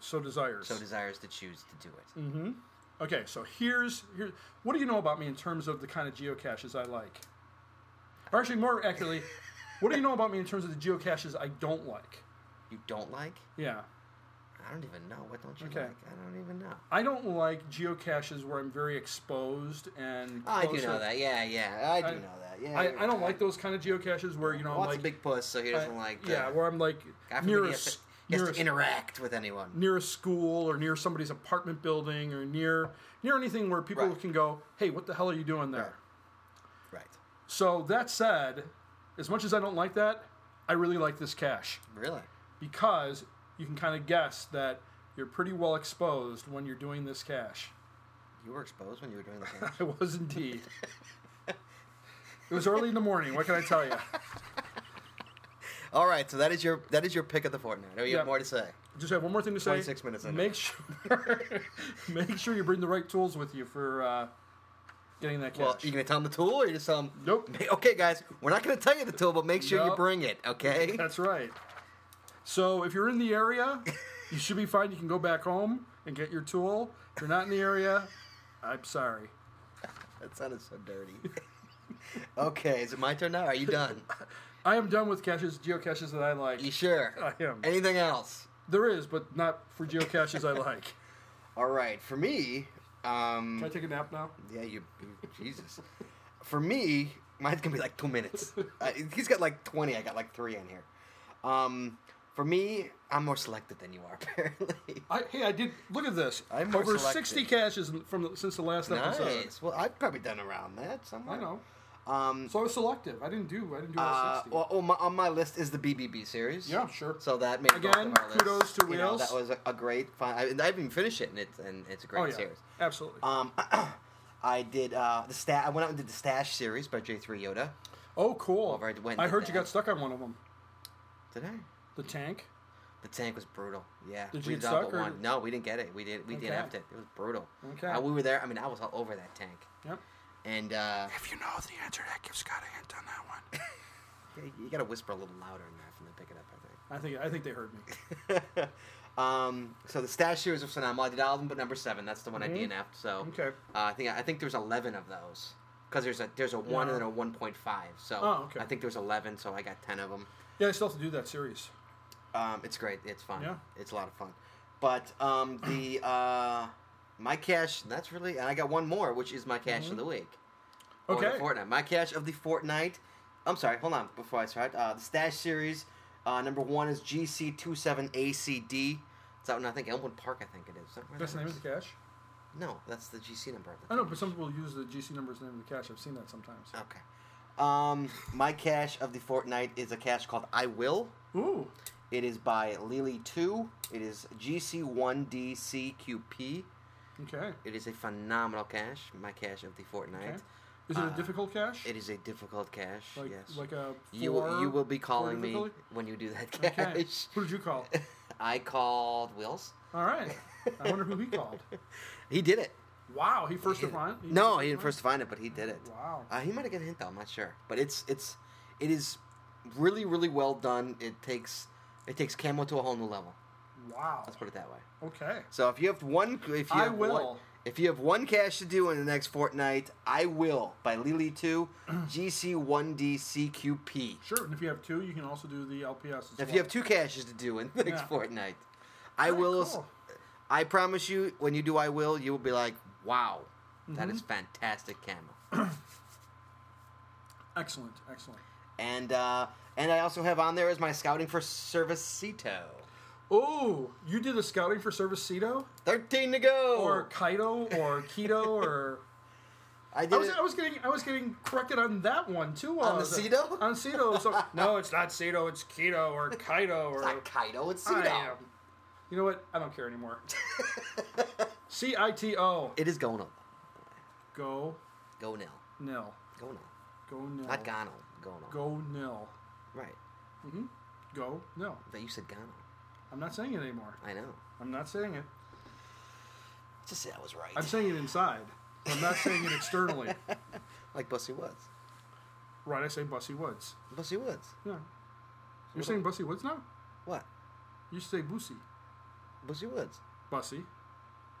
So desires. so desires to choose to do it. Mm-hmm. okay, so here's here. What do you know about me in terms of the kind of geocaches I like? Or actually, more accurately, what do you know about me in terms of the geocaches I don't like? You don't like? Yeah. I don't even know. What don't you Okay. like? I don't even know. Oh, I don't like geocaches where I'm very exposed and. Oh, I do closer- know that. Yeah, yeah. I do I- know that. Yeah. I, you're I don't right. like those kind of geocaches where you know Well, I'm that's like a big puss, so he doesn't I- like. The, yeah, where I'm like God forbid near he a, has to, s- he has near to a s- interact with anyone. near a school or near somebody's apartment building or near near anything where people Right. can go, "Hey, what the hell are you doing there?" Right. So that said, as much as I don't like that, I really like this cache Really. because you can kind of guess that you're pretty well exposed when you're doing this cache. You were exposed when you were doing the cache. I was indeed. it was early in the morning. What can I tell you? All right, so that is your that is your pick of the fortnight. Or you Yeah. have more to say? Just have one more thing to say. 26 minutes in. Make sure, make sure you bring the right tools with you for uh, getting that cache. Well, you gonna tell them the tool, or you just tell them? Nope. Okay, guys, we're not gonna tell you the tool, but make sure you Nope. bring it. Okay. That's right. So if you're in the area, you should be fine. You can go back home and get your tool. If you're not in the area, I'm sorry. that sounded so dirty. okay, is it my turn now? Are you done? I am done with caches, geocaches that I like. You sure? I am. Anything else? There is, but not for geocaches I like. All right, for me, um, Can I take a nap now? Yeah, you, you- Jesus. For me, mine's gonna be like two minutes. Uh, he's got like twenty. I got like three in here. Um, for me, I'm more selective than you are. Apparently, I, hey, I did. Look at this. I'm more over selective. 60 caches in- from the- since the last episode. nice. Well, I've probably done around that somewhere. I know. Um, So I was selective. I didn't do. I didn't do all uh, 60. well, oh, my, on my list is the BBB series. yeah, sure. So that made both Again, of our lists. kudos to You know, Wheels. that was a, a great fun. I, and I haven't even finished it, and it's and it's a great oh yeah, series. absolutely. Um, I did uh, the sta- I went out and did the Stash series by J3 Yoda. oh, cool. Over at Wendy I heard you Bank. got stuck on one of them. Did I? The tank. The tank was brutal. Yeah. Did we you get did all stuck, but or- one. No, we didn't get it. We did. We didn't Okay. have to. It was brutal. Okay. Uh, we were there. I mean, I was all over that tank. Yep. And uh, If you know the answer, that gives Scott a hint on that one. you gotta whisper a little louder in there from the pick it up. I think. I think I think they heard me. Um, so the stash series was phenomenal. I did all of them, but number seven. That's the one I DNF'd. So Mm-hmm. Okay. uh, I think I think there's eleven of those because there's a there's a one Yeah. and then a one point five. So Oh, okay. I think there's eleven. So I got ten of them. Yeah, I still have to do that series. Um, it's great. It's fun. Yeah. It's a lot of fun. But um, the uh, my cash that's really and I got one more, which is my cash of the week. Or the Mm-hmm. Okay. Fortnite. My cash of the Fortnite. I'm sorry. Hold on. Before I start, uh, the stash series uh, number one is GC27ACD. It's out in I think Elmwood Park. I think it is. Is that where That's that the name is? of the cache. No, that's the GC number. Of the I know, but some people use the GC number as the name of the cache. I've seen that sometimes. Okay. Um, my cash of the Fortnite is a cash called I Will. Ooh, It is by Lily2. It is GC1DCQP. okay. It is a phenomenal cache, my cache of the Fortnite. Okay. Is it a Uh, difficult cache? It is a difficult cache, like, yes. like a you, will, four- you will be four calling me difficulty? when you do that cache. Okay. Who did you call? I called Wills. All right. I wonder who he called. He did it. Wow, he first He of did it. all. No, he didn't first find it, but he did it. Wow. Uh, he might have got a hint though. I'm not sure, but it's it's it is really really well done. It takes it takes camo to a whole new level. Wow. Let's put it that way. Okay. So if you have one, if you I have One, will. if you have one cash to do in the next fortnight, I will by Lily Two, GC One DCQP. Sure. And if you have two, you can also do the LPS. As If well. you have two caches to do in the next Yeah. fortnight, I Very will. cool. I promise you, when you do, I will. You will be like, wow, that Mm-hmm. is fantastic camo. Excellent. Excellent. And uh, and I also have on there is my scouting for Servicito. Oh, you did a scouting for Service Ceto Thirteen to go. or Kaido or Keto or. I did I was, it- I was getting I was getting corrected on that one too. On uh, the Ceto? On Ceto. So no, it's not Ceto. It's Keto or Kaido or. it's not Kaido, it's I Cito. am- You know what? I don't care anymore. C I T O. It is going up. Go Go nil. nil. Go nil. Go nil. Not Gano. Go nil. Oh. Go nil. Right. Go nil. But you said Gano. I'm not saying it anymore. I know. I'm not saying it. Just say I was right. I'm saying it inside. I'm not saying it externally. like Bussy Woods. Right, I say Bussy Woods. Bussy Woods. Yeah. You're saying Bussy Woods now? What? You say Boosie. Bussy Woods. Bussy.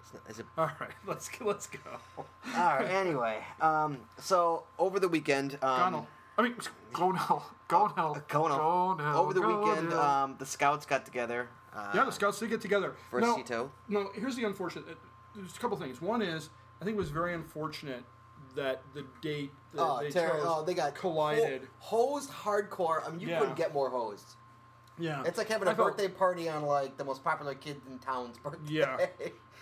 It's not, is it All right, let's let's go. All right. Anyway, um, so over the weekend, um, Gonal. I mean, Gonal. Gonal. Conal. Gonal. over the weekend, Gonal. um, the scouts got together. Uh, yeah, the scouts did get together. for no, Sito. No, here's the unfortunate. uh, There's a couple things. One is, I think it was very unfortunate that the date that Oh, they terror, chose oh, they got collided. ho- hosed hardcore. I mean, you Yeah. couldn't get more hosed. yeah, It's like having a I felt- birthday party on like the most popular kid in town's birthday. Yeah.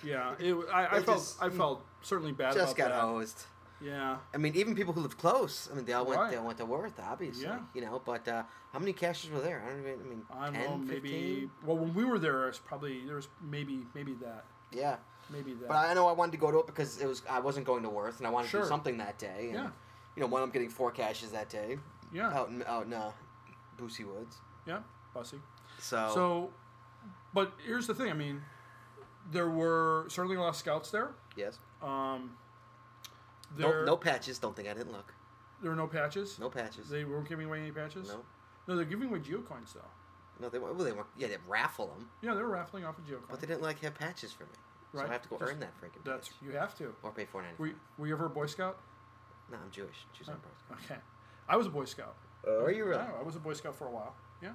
Yeah, it, wa- I, I They felt just- mm, I felt certainly bad just got about that. hosed. Yeah, I mean, even people who live close. I mean, they all went. Right. They all went to Worth, obviously. Yeah. You know, but uh, how many caches were there? I don't even. I mean, I don't 10, know. Maybe 15? well, when we were there, it's probably there was maybe maybe that Yeah. maybe that. But I know I wanted to go to it because it was I wasn't going to Worth and I wanted to Sure. do something that day. And, Yeah. You know, one I'm getting four caches that day yeah, out in out in uh, Boosie Woods. yeah, bussy. So, So, but here's the thing. I mean, there were certainly a lot of scouts there. yes, Um, no, there, no patches. Don't think I didn't look. there were no patches. No patches. They weren't giving away any patches. no, No, they're giving away geocoins though. no, they weren't. Well, they weren't. Yeah, they raffle them, Yeah, they were raffling off a geocoin. but they didn't like have patches for me. So Right. I have to go Just- earn that freaking That's patch you have to. or pay four ninety. Were you, were you ever a Boy Scout? No, I'm Jewish. Jews aren't broke. Okay, I was a Boy Scout. Oh, are you really? Yeah, I was a Boy Scout for a while. Yeah.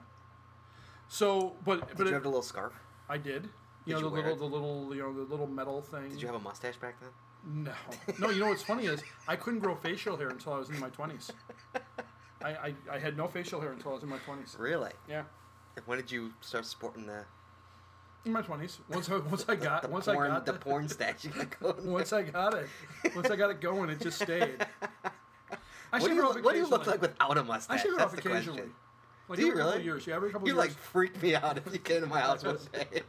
So, but Did but you it- have the little scarf? I did. You Did know you the wear little it? the little you know the little metal thing. Did you have a mustache back then? No, no. You know what's funny is I couldn't grow facial hair until I was in my twenties. I, I, I had no facial hair until I was in my twenties. Really? Yeah, And when did you start sporting the in my twenties. Once I once I got the once porn I got the it- porn stash you got going? once I got it once I got it going, it just stayed. I What do, shave it you, off look- what do you look occasionally. like without a I mustache? shave it That's off the occasionally. question. Like Do you every couple really? of years, yeah, every couple You of like years. freak me out if you came to my house one day.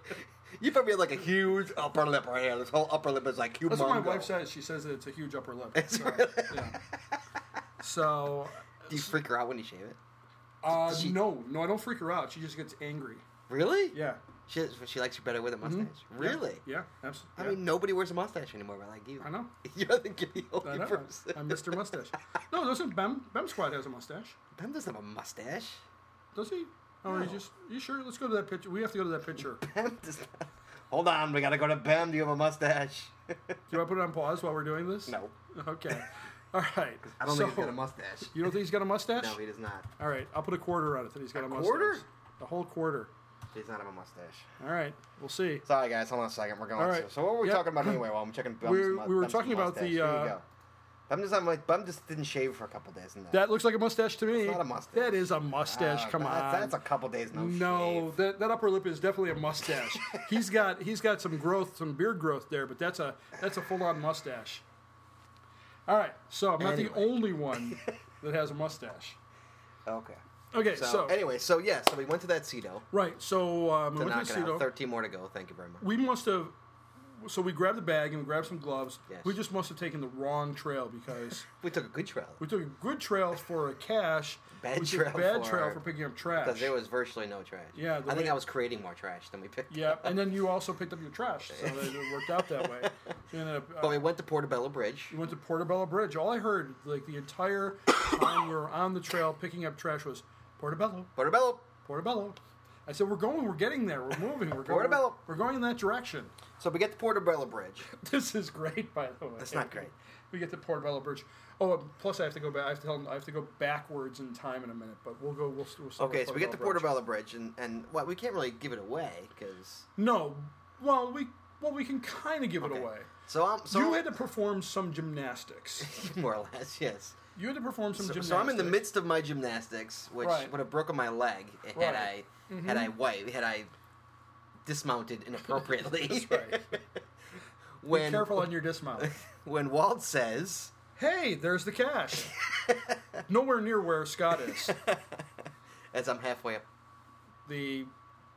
You probably had like a huge upper lip right here. This whole upper lip is like huge. That's what my wife says. She says that it's a huge upper lip. It's so, really- yeah. so Do you freak her out when you shave it? uh, Does she- no, no, I don't freak her out. She just gets angry. Really? Yeah, She, she likes you better with a mustache. Really? Mm-hmm. yeah, absolutely. I mean, nobody wears a mustache anymore, but like you. I know. You're the giddy old I know. person. I'm Mr. Mustache. No, doesn't Bem Bem Squad has a mustache? Ben doesn't have a mustache. Does he? Or No. he just? You sure? Let's go to that picture. We have to go to that picture. Do Ben does not. Hold on, we gotta go to Ben. Do you have a mustache? you want to put it on pause while we're doing this? no. Okay. All right. I don't so, think he's got a mustache. You don't think he's got a mustache? No, he does not. All right. I'll put a quarter on it that he's got a, mustache. quarter? The whole quarter. He does not have a mustache. All right. We'll see. Sorry, guys. Hold on a second. We're going. All right. to, so what were we Yep. talking about anyway? While I'm checking, Bum's We're- mu- we were Bum's talking about the, mustache. Here uh, we go. Bum just I'm like Bum just didn't shave for a couple days. And That looks like a mustache to me. not a mustache. That is a mustache. Ah, Come that's, on. That's a couple days no. no, shave. that, that upper lip is definitely a mustache. he's got he's got some growth, some beard growth there, but that's a that's a full on mustache. All right, so I'm not the Anyway. only one that has a mustache. Okay. Okay, So, so, anyway, so yeah, so we went to that Cedo right, so um, to we went knock to it the out. Cedo. Thirteen more to go. Thank you very much. We must have. So we grabbed the bag and we grabbed some gloves. Yes. We just must have taken the wrong trail because We took a good trail we took a good trail for a cash, Bad we took trail a bad for- trail for picking up trash. because there was virtually no trash. Yeah, the I think way- I was creating more trash than we picked. Yeah, up. and then you also picked up your trash, so that it worked out that way. You ended up, uh, But we went to Portobello Bridge. you went to Portobello Bridge. All I heard, like the entire time we were on the trail picking up trash, was Portobello, Portobello. Portobello. I said, "We're going, we're getting there, we're moving, we're going, Portobello. we're going in that direction." So we get to Portobello Bridge. This is great, by the way. That's not great. We get to Portobello Bridge. Oh, and plus I have to go back. I have to tell. them- I have to go backwards in time in a minute, but we'll go. We'll. we'll start Okay, with so we get to Bridge. Portobello Bridge, and and well, we can't really give it away because No, well we well we can kind of give it away. so I'm so you had to perform some gymnastics. more or less yes. You had to perform some So, gymnastics. so I'm in the midst of my gymnastics, which Right. would have broken my leg had Right. I Mm-hmm. had I white had I dismounted inappropriately. That's right. Be when careful on your dismount. when Walt says, hey, there's the cash. Nowhere near where Scott is. as I'm halfway up The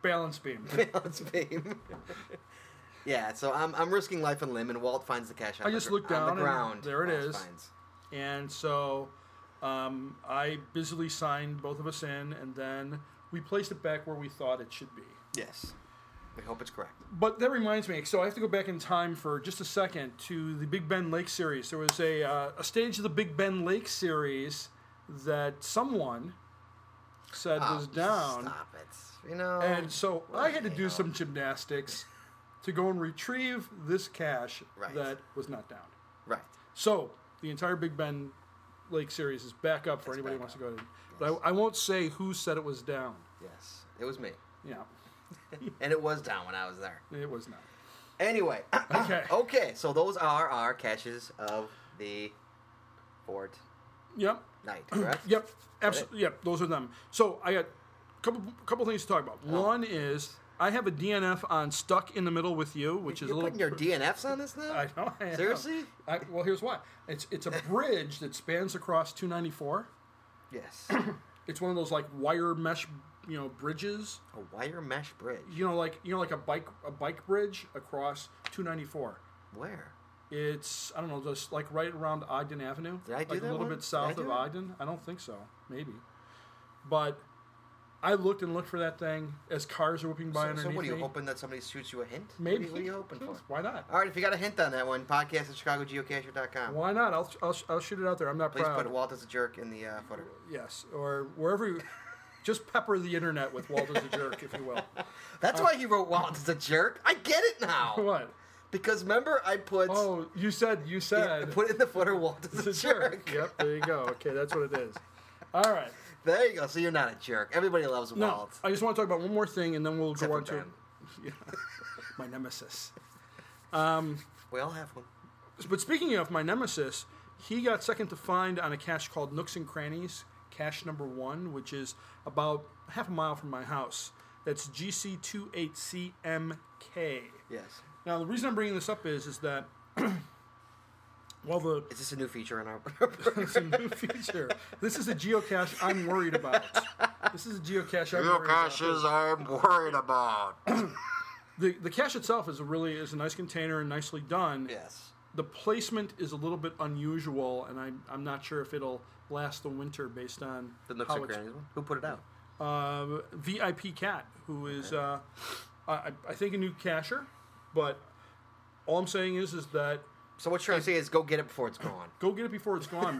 balance beam. the balance beam. yeah, so I'm I'm risking life and limb, and Walt finds the cash. On I the just gr- looked on down the and ground. there it Walt is. finds. And so Um, I busily signed both of us in, and then we placed it back where we thought it should be. Yes. We hope it's correct. But that reminds me, so I have to go back in time for just a second to the Big Bend Lake series. There was a, uh, a stage of the Big Bend Lake series that someone said was down. Ah, Stop it. You know. And so I had to you do know. some gymnastics to go and retrieve this cash Right. that was not down. Right. So the entire Big Ben Lake series is back up for It's anybody who back wants to go to. But I, I won't say who said it was down. Yes. It was me. Yeah, And it was down when I was there. it was not. Anyway. Okay. okay. So those are our caches of the fort Yep. night, correct? Yep. Absolutely. Yep. Those are them. So I got a couple couple things to talk about. Oh. One is I have a DNF on stuck in the middle with you, which is You're a little putting your DNFs on this now? I know. I am. Seriously? I, well, here's why. It's it's a bridge that spans across 294. Yes. It's one of those like wire mesh, you know, bridges. a wire mesh bridge. You know, like you know, like a bike a bike bridge across 294. Where? It's I don't know, just like right around Ogden Avenue. Did I do like that a little one? bit Did south I of do that? Ogden? I don't think so. Maybe, but I looked and looked for that thing as cars are whipping by So, underneath so what are you me. hoping that somebody shoots you a hint? Maybe. What are you hoping for? Why not? All right, if you got a hint on that one, podcast at chicagogeocacher.com. Why not? I'll, I'll, I'll shoot it out there. I'm not Please proud. put Walt as a jerk in the uh, footer. Yes, or wherever you just pepper the internet with Walt is a jerk, if you will. That's why he wrote Walt as a jerk. I get it now. What? Because remember, I put Oh, you said you I said put in the footer Walt as a it's jerk. Yep, there you go. Okay, that's what it is. All right. There you go. So you're not a jerk. Everybody loves No, Walt. I just want to talk about one more thing, and then we'll Except go for on to Ben. Yeah. my nemesis. We all have one. But speaking of my nemesis, he got second to find on a cache called Nooks and Crannies, cache number one, which is about half a mile from my house. That's GC28CMK. Yes. Now, the reason I'm bringing this up is, is that while the Is this a new feature in our? it's a new feature, this is a geocache I'm worried about. This is a geocache I'm worried about. I'm worried about. The, the cache itself is a really is a nice container and nicely done. yes. The placement is a little bit unusual, and I'm, I'm not sure if it'll last the winter based on The Nooks how and it's Crannies one. Who put it out? uh, VIP Cat, who is uh, I, I think a new cacher, but all I'm saying is is that So what you're trying to say is go get it before it's gone. go get it before it's gone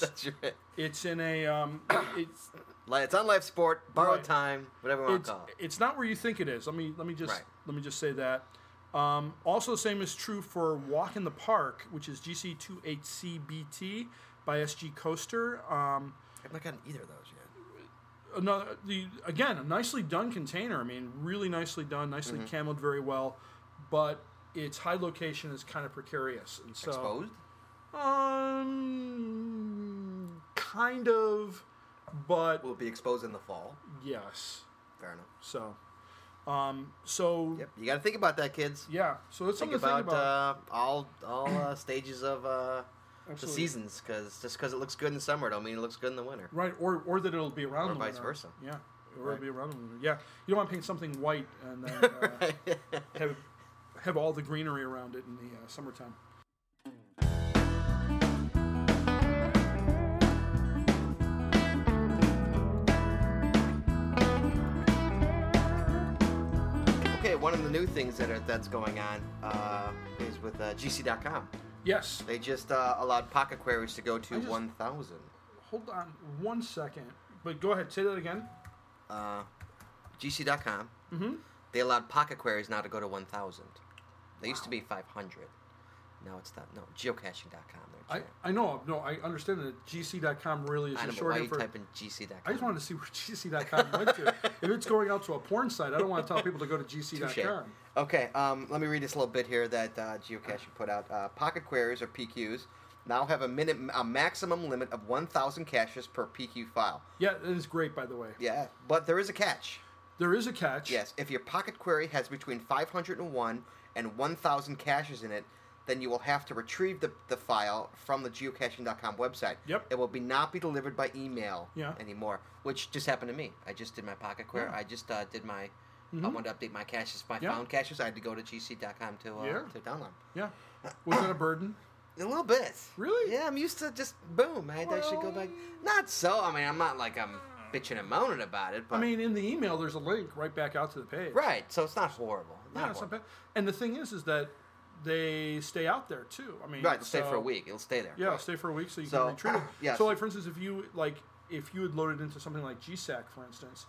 That's your hint. It's in a um, it's Like, It's on life support, borrowed Right. time, whatever you want it's to call it. it's not where you think it is. Let me let me just Right. let me just say that. Um, also, the same is true for Walk in the Park, which is GC28CBT by SG Coaster. Um, I've not gotten either of those yet. another the again a nicely done container. I mean, really nicely done, nicely Mm-hmm. cameled very well, but its high location is kind of precarious, and so Exposed? um, kind of, but Will it be exposed in the fall. yes. Fair enough. So, um, so Yep. You got to think about that, kids. yeah, so that's Think something to about, think about. Uh, all all uh, stages of uh, the Absolutely. seasons, because just because it looks good in summer, don't mean it looks good in the winter. right, or or that it'll be around Or the vice winter. versa. Yeah, or Right. it'll be around the winter. Yeah, you don't want to paint something white and then uh, have have all the greenery around it in the uh, summertime. Okay, one of the new things that are, that's going on uh, is with uh, GC.com. Yes. They just uh, allowed pocket queries to go to I just- 1,000. Hold on one second. But go ahead, say that again. Uh, GC.com. Mm-hmm. They allowed pocket queries now to go to 1,000. They used to be 500. Now it's not. No, geocaching.com. They're I, I know, no, I understand that GC.com really is I a don't know why short you for. type in GC.com. I just wanted to see where GC.com went to. If it's going out to a porn site, I don't want to tell people to go to Touche. GC.com. Okay, um, let me read this little bit here that uh, Geocaching put out. Uh, pocket queries or PQs now have a minute, a maximum limit of 1,000 caches per PQ file. Yeah, that is great, by the way. Yeah, but there is a catch. There is a catch. Yes, if your pocket query has between 501 and 1,000 caches in it, then you will have to retrieve the, the file from the geocaching.com website. Yep. It will be not be delivered by email Yeah. anymore, which just happened to me. I just did my pocket query. I just uh, did my. I wanted to update my caches, my Mm-hmm. Yeah. found caches. I had to go to gc.com to uh, Yeah. to download. Yeah. Was that a burden? A little bit. Really? Yeah, I'm used to just boom. I, I should go back. Not so. I mean, I'm not like I'm bitching and moaning about it. But, I mean, in the email, there's a link right back out to the page. right. So it's not horrible. Not Yeah, it's not horrible. bad. And the thing is, is that they stay out there too. I mean, Right. It'll stay for a so- week. It'll stay there. Yeah, Right. stay for a week so you So, can retrieve it. yes. So, like for instance, if you like, if you had loaded into something like GSAC, for instance,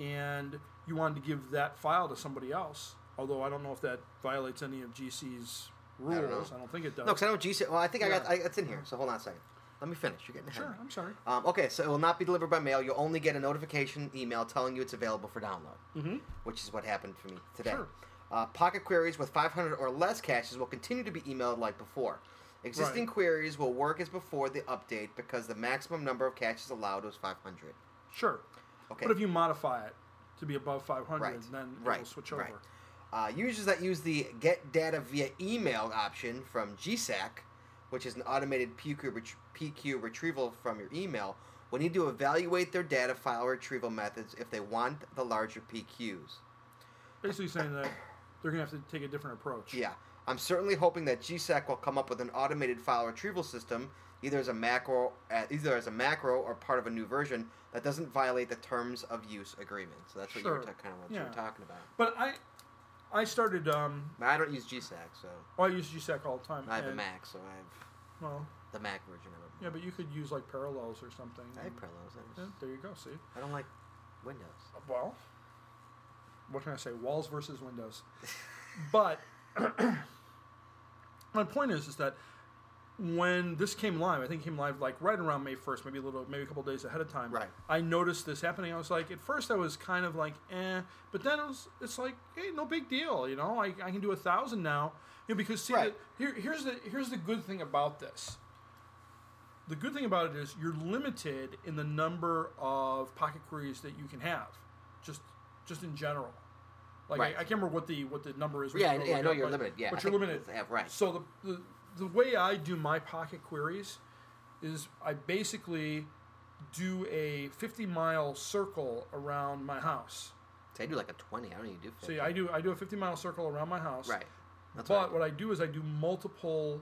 and you wanted to give that file to somebody else, although I don't know if that violates any of GC's rules. I don't don't, know. think it does. No, because I don't GC. Well, I think I got. Yeah. I, it's in here. So hold on a second. Let me finish. You're getting ahead. of sure, me. I'm sorry. Um, okay, so it will not be delivered by mail. You'll only get a notification email telling you it's available for download, mm-hmm. which is what happened for me today. Sure. Uh, pocket queries with 500 or less caches will continue to be emailed like before. Existing Right. queries will work as before the update because the maximum number of caches allowed was 500. Sure. Okay. But if you modify it to be above 500, Right. then right. it will switch over. Right. Uh, users that use the get data via email option from GSAC, which is an automated PQ, ret- PQ retrieval from your email, will need to evaluate their data file retrieval methods if they want the larger PQs. Basically saying that they're going to have to take a different approach. Yeah, I'm certainly hoping that GSAC will come up with an automated file retrieval system, either as a macro, uh, either as a macro or part of a new version that doesn't violate the terms of use agreement. So that's what you were Sure. ta- kind of what you Yeah. were talking about. But I I started, um, But I don't use GSAC, so well, I use GSAC all the time. I have a and- Mac, so I have Well, the Mac version of it. yeah, but you could use like parallels or something. I and- hate Parallels. I, Yeah, just, there you go. See, I don't like Windows. Uh, well, what can I say? Walls versus windows. but my point is, is that when this came live, I think it came live like right around May first, maybe a little, maybe a couple days ahead of time. Right. I noticed this happening. I was like, at first, I was kind of like, eh, but then it was, it's like, hey, no big deal. You know, I, I can do a thousand now. You know, because see, Right. the, here, here's the here's the good thing about this. The good thing about it is you're limited in the number of pocket queries that you can have, just just in general. Like Right. I, I can't remember what the what the number is. Yeah, We can yeah, I look know up, you're but- limited. Yeah, I but you're think limited. it's- yeah, right. So the, the the way I do my pocket queries is I basically do a 50 mile circle around my house. So I do like a 20. I don't even do 50. So yeah, I do I do a 50 mile circle around my house. Right. That's but what what I do is I do multiple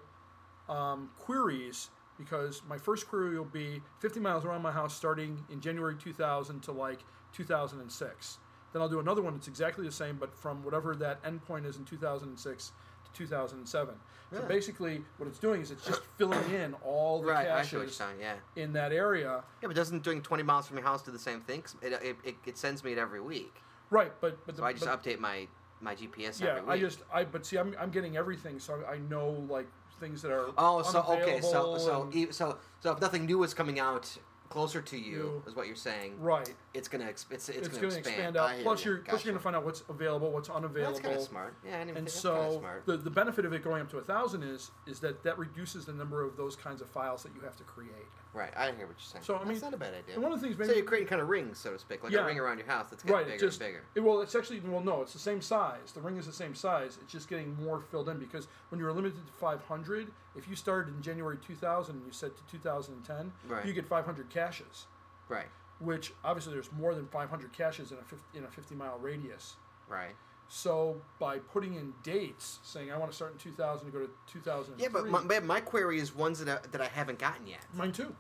um, queries because my first query will be 50 miles around my house starting in January 2000 to like 2006. Then I'll do another one that's exactly the same, but from whatever that endpoint is in 2006 to 2007. So Yeah. basically, what it's doing is it's just filling in all the Right, I see what you're caches saying, yeah. in that area. Yeah, but doesn't doing 20 miles from your house do the same thing? 'Cause It, it, it, it sends me it every week. Right, but but the, So I just but- update my, my GPS yeah, every week. I just I but see, I'm, I'm getting everything, so I know like things that are Oh, so okay, so unavailable so and- e- so so if nothing new is coming out closer to you, You- is what you're saying. right. It's gonna exp- it's, it's, it's, gonna, going to expand. expand, I out. hear Plus, you. you're plus you're going Gotcha. to find out what's available, what's unavailable, That's kind of smart. Yeah, I didn't even and think that's kind of so smart. the, the benefit of it going up to a thousand is is that that reduces the number of those kinds of files that you have to create. Right, I hear what you're saying. So, I mean, that's not a bad idea. And one of the things, so maybe you're creating kind of rings, so to speak, like Yeah. a ring around your house that's getting right, bigger it's just and bigger. it- well, it's actually well, no, it's the same size. The ring is the same size. It's just getting more filled in because when you were limited to 500, if you started in January 2000 and you said to 2010, Right. you get 500 caches. Right, Which obviously there's more than 500 caches in a 50, in a 50 mile radius. right. So by putting in dates, saying I want to start in 2000 and go to 2003. Yeah, but my, but my query is ones that I, that I haven't gotten yet. mine too.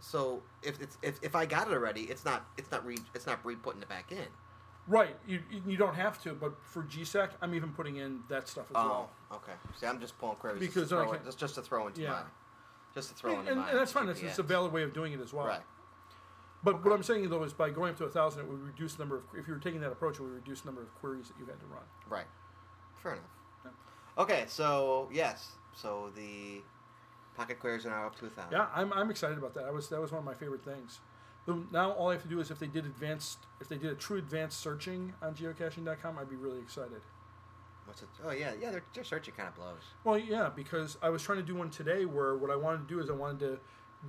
So if it's if, if I got it already, it's not it's not re it's not re putting it back in. Right, you you don't have to, but for GSAC, I'm even putting in that stuff as Oh, well. Um, okay. See, I'm just pulling queries Because just, to I throw can- it, just, just to throw into Yeah. mine, just to throw And, into and, mine. and that's fine. It's, it's a GPS. valid way of doing it as well. Right. But what I'm saying though is by going up to a thousand, it would reduce the number of. If you were taking that approach, it would reduce the number of queries that you had to run. Right. Fair enough. Yeah. Okay, so yes, so the pocket queries are now up to a thousand. Yeah, I'm, I'm excited about that. I was that was one of my favorite things. The- Now all I have to do is if they did advanced, if they did a true advanced searching on geocaching.com, I'd be really excited. What's it? Oh yeah, yeah. Their, their searching kind of blows. Well, yeah, because I was trying to do one today where what I wanted to do is I wanted to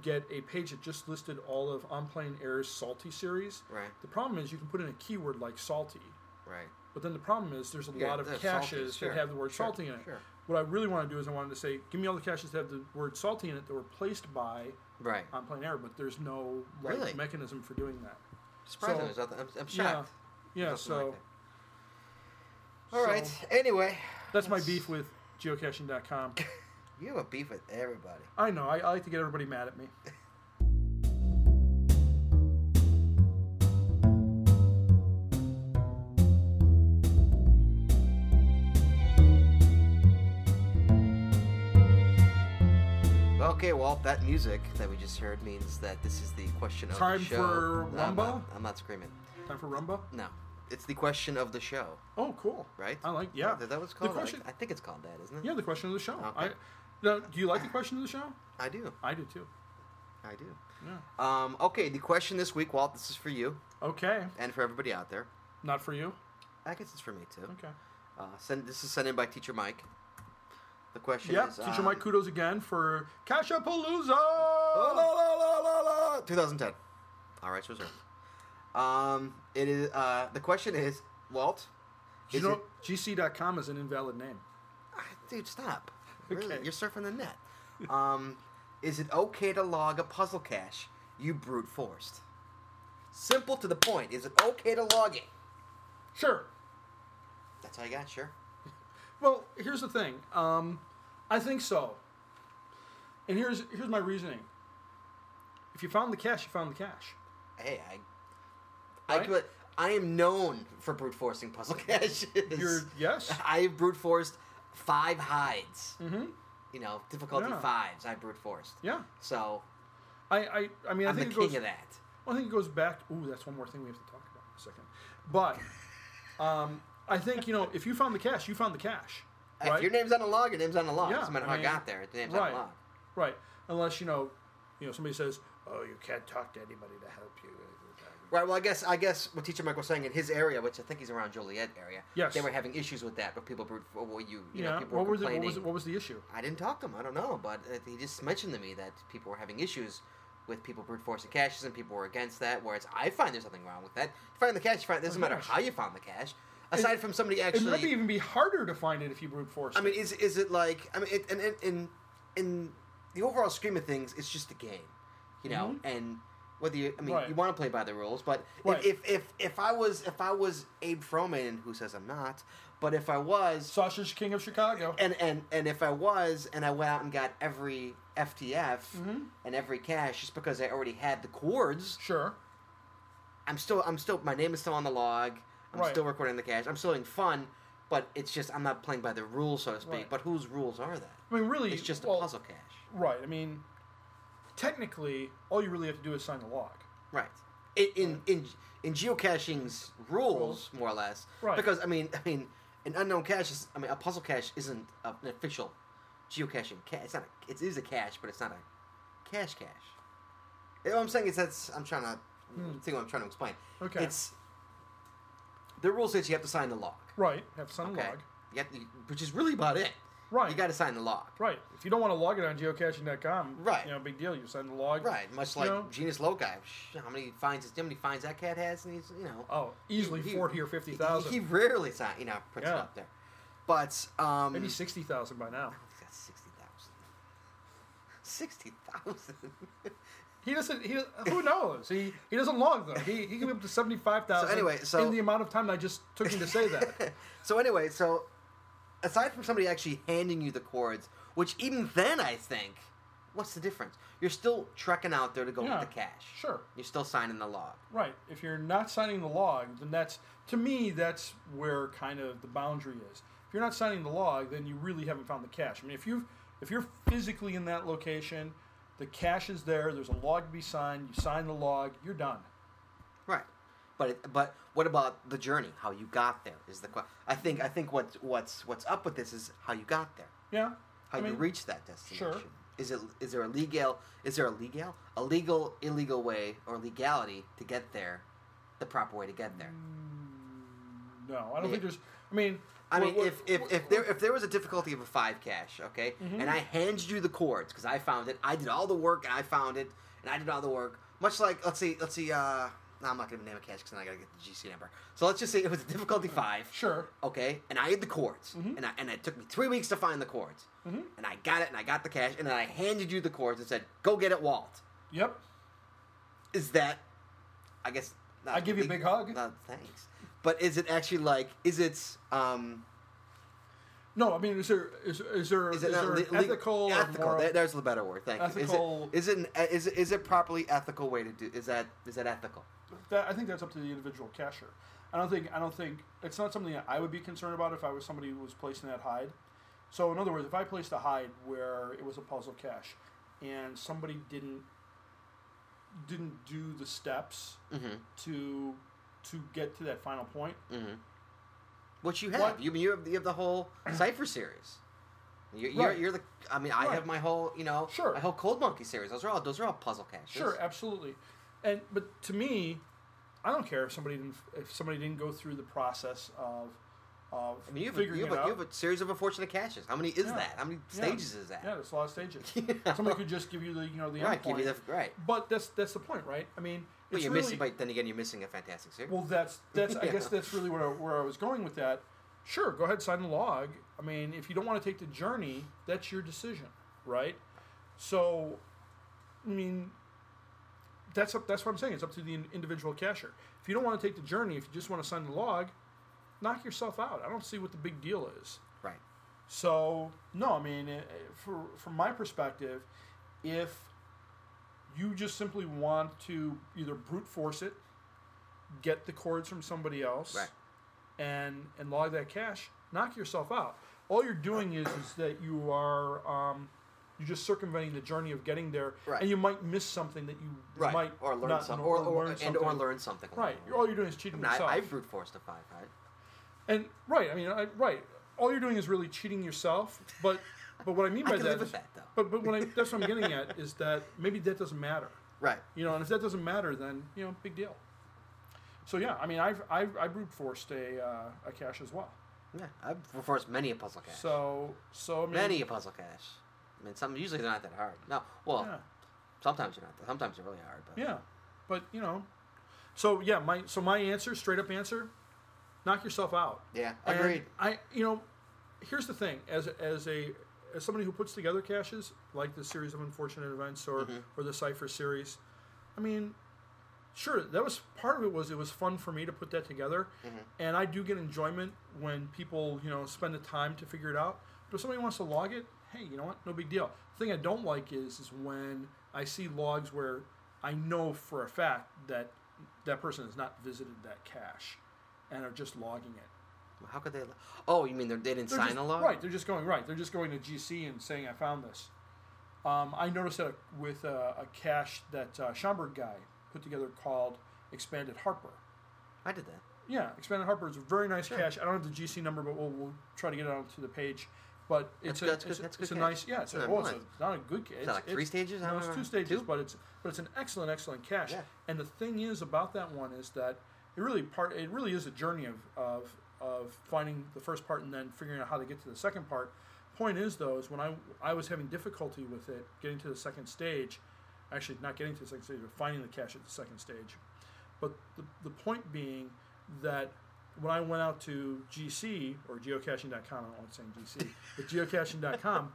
get a page that just listed all of On Plane Air's Salty series. Right. The problem is you can put in a keyword like salty, Right. but then the problem is there's a Yeah, lot of there's caches salty, sure, that have the word sure, salty in it. sure. What I really want to do is I wanted to say, give me all the caches that have the word salty in it that were placed by Right. On Plane Air, but there's no like, Really? mechanism for doing that. Surprising. so- there's nothing. I'm, I'm Yeah. shocked. Yeah, Nothing like so that. All right. Anyway. that's my beef with geocaching.com. You have a beef with everybody. I know. I, I like to get everybody mad at me. Okay, well, that music that we just heard means that this is the question of Time the show. for No, I'm Rumba? not, I'm not screaming. Time for rumba. No, it's the question of the show, Oh, cool. right? I like. Yeah. Is that what's called? The question. I, I think it's called that, isn't it? Yeah, the question of the show. I, Okay. now, do you like the question of the show? I do. I do too. I do. Yeah. Um, okay, the question this week, Walt, this is for you Okay. and for everybody out there. Not for you. I guess it's for me too. Okay. Uh, send, this is sent in by Teacher Mike. The question Yeah. is. Teacher um, Mike, kudos again for Cashapalooza. La, la, la, la, la, la. 2010. All rights reserved. Um, it is uh, the question is Walt. Do you is know it- GC.com is an invalid name? Ah, dude, stop. Really, Okay. you're surfing the net. Um, is it okay to log a puzzle cache you brute forced? Simple to the point. Is it okay to log it? Sure. That's all I got. Sure. Well, here's the thing. Um, I think so. And here's here's my reasoning. If you found the cash, you found the cash. Hey, I. I Right? could. I am known for brute forcing puzzle caches. You're yes. I have brute forced five hides. Mm-hmm. You know, difficulty Yeah. fives. I brute forced. Yeah. So I I, I mean I I'm the think king it goes. of that. Well, I think it goes back. Ooh, that's one more thing we have to talk about in a second. But um, I think you know if you found the cash, you found the cash, If right? your name's on the log, your name's on the log. Yeah, Doesn't matter I how mean, I got there. The name's on right. the log. right. Unless you know, you know somebody says, "Oh, you can't talk to anybody to help you." Right. Well, I guess I guess what Teacher Mike was saying in his area, which I think he's around Joliet area. Yes. They were having issues with that, but people brute for well, you. You know, Yeah. people What were was, it, what complaining. was it, what was the issue? I didn't talk to him. I don't know, but uh, he just mentioned to me that people were having issues with people brute forcing caches, and people were against that. Whereas I find there's nothing wrong with that. You find the cache, you find it doesn't matter gosh. how you found the cache. Aside from somebody Oh, It actually, might be even be harder to find it if you brute force. I it. mean, is is it like I mean, it, in, in in in the overall scheme of things, it's just a game, you know. And whether you, I mean, Mm-hmm. Right. you want to play by the rules, but Right. if, if if if I was if I was Abe Froman, who says I'm not, but if I was, Sausage King of Chicago. and and and if I was, and I went out and got every FTF Mm-hmm. and every cash just because I already had the chords, Sure. I'm still I'm still my name is still on the log. I'm Right. still recording the cash. I'm still having fun. But it's just I'm not playing by the rules, so to speak. Right. But whose rules are that? I mean, really, It's just a well, puzzle cache. Right. I mean, technically, all you really have to do is sign the log. Right. In in in, in geocaching's rules, more or less. Right. Because I mean, I mean, an unknown cache is. I mean, a puzzle cache isn't a, an official geocaching cache. It's not. A, it is a cache, but it's not a cache cache. You know what I'm saying is that's. I'm trying to think. What I'm trying to explain. Hmm. Okay. It's the rules that you have to sign the log. Right. Have to sign the Okay. log. You have to, which is really about it. Right. You got to sign the log. Right. If you don't want to log it on geocaching.com, Right. You know, big deal. You sign the log. Right, much You like know? Genus Loci. Sh- How many finds? How many finds that cat has? And he's, you know, Oh, easily He- forty or fifty He, he thousand. rarely sign, you know, puts it Yeah. up there. But um, Maybe sixty thousand by now. he's got sixty thousand. Sixty thousand. He doesn't. He who knows? He he doesn't log them. He he can be up to seventy five thousand. So anyway, so- in the amount of time that I just took him to say that. so anyway, so aside from somebody actually handing you the chords, which even then I think, what's the difference? You're still trekking out there to go Yeah, get the cash. sure. You're still signing the log. right. If you're not signing the log, then that's to me that's where kind of the boundary is. If you're not signing the log, then you really haven't found the cache. I mean, if you if you're physically in that location, the cache is there. There's a log to be signed. You sign the log. You're done. Right. But it, but what about the journey? How you got there is the question. I think I think what's what's what's up with this is how you got there, Yeah. how I you mean, reached that destination. Is it is there a legal is there a legal a legal illegal way or legality to get there, the proper way to get there? Mm. No, I don't Yeah. think there's. I mean, I what- mean, what- if, if, what- Mm-hmm. if there if there was a difficulty of a five cache, okay, and I handed you the chords because I found it, I did all the work and I found it, and I did all the work. Much like let's see, let's see. Uh, no, I'm not gonna name a cache because I gotta get the GC number. So let's just say it was a difficulty five, sure, okay, and I had the chords, Mm-hmm. and I, and it took me three weeks to find the chords, and I got it, and I got the cache, and then I handed you the chords and said, "Go get it, Walt." yep, Is that? I guess. Not I give you a leg- big hug. Not, thanks. But is it actually like? Is it? Um, No, I mean, is there is, is there is, Is it not there le- an le- ethical. ethical, or There- moral? There's the better word. Thank Ethical- you. Is it is it, an, is, it- is it properly ethical way to do? Is that is that ethical? That, I think that's up to the individual cashier. I don't think I don't think it's not something that I would be concerned about if I was somebody who was placing that hide. So in other words, if I placed a hide where it was a puzzle cache, and somebody didn't didn't do the steps Mm-hmm. to to get to that final point, Mm-hmm. Which you have. What- You you have, you have the whole Cipher series. You're, you're, Right. you're the. I mean, I Right. have my whole you know Sure. my whole Cold Monkey series. Those are all those are all puzzle caches. Sure, absolutely. And but to me, I don't care if somebody didn't if somebody didn't go through the process of of I mean, you have, a, figuring you, have a, it out. you have a series of unfortunate caches. How many is Yeah. that? How many Yeah. stages is that? yeah, there's a lot of stages. Yeah. Somebody could just give you the you know the right, end give you point. the right. But that's that's the point, right? I mean, But it's you're really, missing. But then again, you're missing a fantastic series. well, that's that's I Yeah. guess that's really where I, where I was going with that. Sure, go ahead, sign the log. I mean, if you don't want to take the journey, that's your decision, right? So, I mean, that's up, that's what I'm saying. It's up to the in- individual cashier. If you don't want to take the journey, if you just want to sign the log, knock yourself out. I don't see what the big deal is. right. So no, I mean, eh, eh, for, from my perspective, if you just simply want to either brute force it, get the cords from somebody else, Right. and and log that cash, knock yourself out. All you're doing is is that you are um, you're just circumventing the journey of getting there, Right. and you might miss something that you Right. might or learn not something. know- Or, or, learn and or something. learn something. along Right, the you're- way. all you're doing is cheating I, mean, yourself. I, I brute forced a five, right? And right, I mean, I, right. All you're doing is really cheating yourself. But but what I mean I by can that live with is- that, though. But but what I, that's what I'm getting at is that maybe that doesn't matter. Right. You know, and if that doesn't matter, then you know, big deal. So yeah, I mean, I've I've, I brute forced a uh, a cache as well. Yeah, I brute forced many a puzzle cache. So so I mean, many a puzzle cache. I mean, some usually they're not that hard. No, well, Yeah, sometimes they're not. That, sometimes they're really hard. But yeah, but you know, so yeah, my so my answer, straight up answer, knock yourself out. yeah, And agreed. I, you know, here's the thing: as as a as somebody who puts together caches like the series of unfortunate events or Mhm. or the cipher series, I mean, sure, that was part of it. Was it was fun for me to put that together, Mhm. and I do get enjoyment when people you know spend the time to figure it out. But if somebody wants to log it, hey, you know what? No big deal. The thing I don't like is is when I see logs where I know for a fact that that person has not visited that cache and are just logging it. How could they? Oh, you mean they're, they didn't They're sign just- a log? Right, they're just going right. They're just going to GC and saying I found this. Um, I noticed that with a, a cache that uh, Schomburg guy put together called Expanded Harper. I did that. Yeah, Expanded Harper is a very nice Sure. cache. I don't have the GC number, but we'll, we'll try to get it onto the page. But That's it's a, good, that's good, it's, a- that's a it's a good nice cache. yeah. It's, That's a, what I well, it's a, wanted. not a good cache. that like three stages? I No, don't it's know. two stages, Two? but it's but it's an excellent, excellent cache. Yeah. And the thing is about that one is that it really part it really is a journey of, of of finding the first part and then figuring out how to get to the second part. Point is though is when I I was having difficulty with it getting to the second stage, actually not getting to the second stage, but finding the cache at the second stage. But the, the point being that when I went out to GC or geocaching.com, I don't want to say GC, but geocaching.com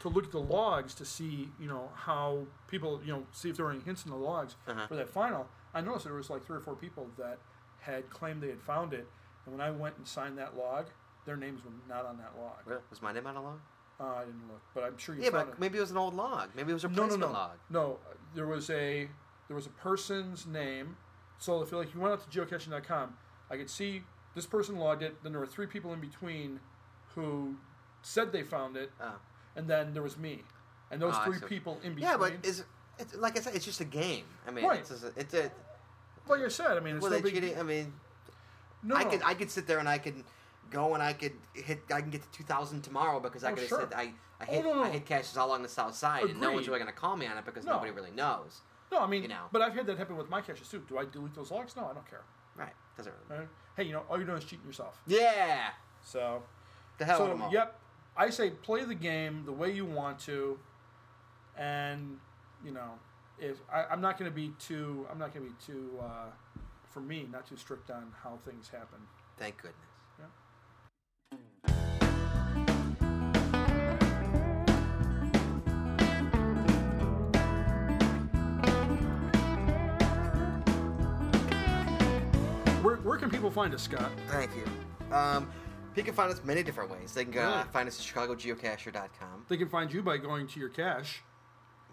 to look at the logs to see, you know, how people, you know, see if there were any hints in the logs Uh-huh. for that final. I noticed there was like three or four people that had claimed they had found it, and when I went and signed that log, their names were not on that log. Really? Was my name on a log? Uh, I didn't look, but I'm sure you Yeah, found but it. maybe it was an old log. Maybe it was a No, no, replacement no, log. no. There was a there was a person's name. So if like you went out to geocaching.com, I could see this person logged it. Then there were three people in between who said they found it, Oh. and then there was me. And those Oh, I three see. people in between. Yeah, but is it's like I said, it's just a game. I mean, Right. it's just a, it's a like I said, I mean, it's well, no they big. cheating. I mean, no, I no. could I could sit there and I could go and I could hit I can get to two thousand tomorrow because I Oh, could have sure. said I I Oh, hit no, no. I hit caches all along the south side and no one's Agreed. really gonna call me on it because No. nobody really knows. no, I mean, you know. but I've had that happen with my caches too. Do I delete those logs? No, I don't care. Right? Doesn't really. All right? Hey, you know, all you're doing is cheating yourself. Yeah. So The hell with so, them all. yep, I say play the game the way you want to, and you know, if I, I'm not going to be too, I'm not going to be too, uh, for me, not too strict on how things happen. Thank goodness. Yeah. Where, where can people find us, Scott? Thank you. Um, People can find us many different ways. They can uh, Really? find us at chicagogeocacher.com. They can find you by going to your cache.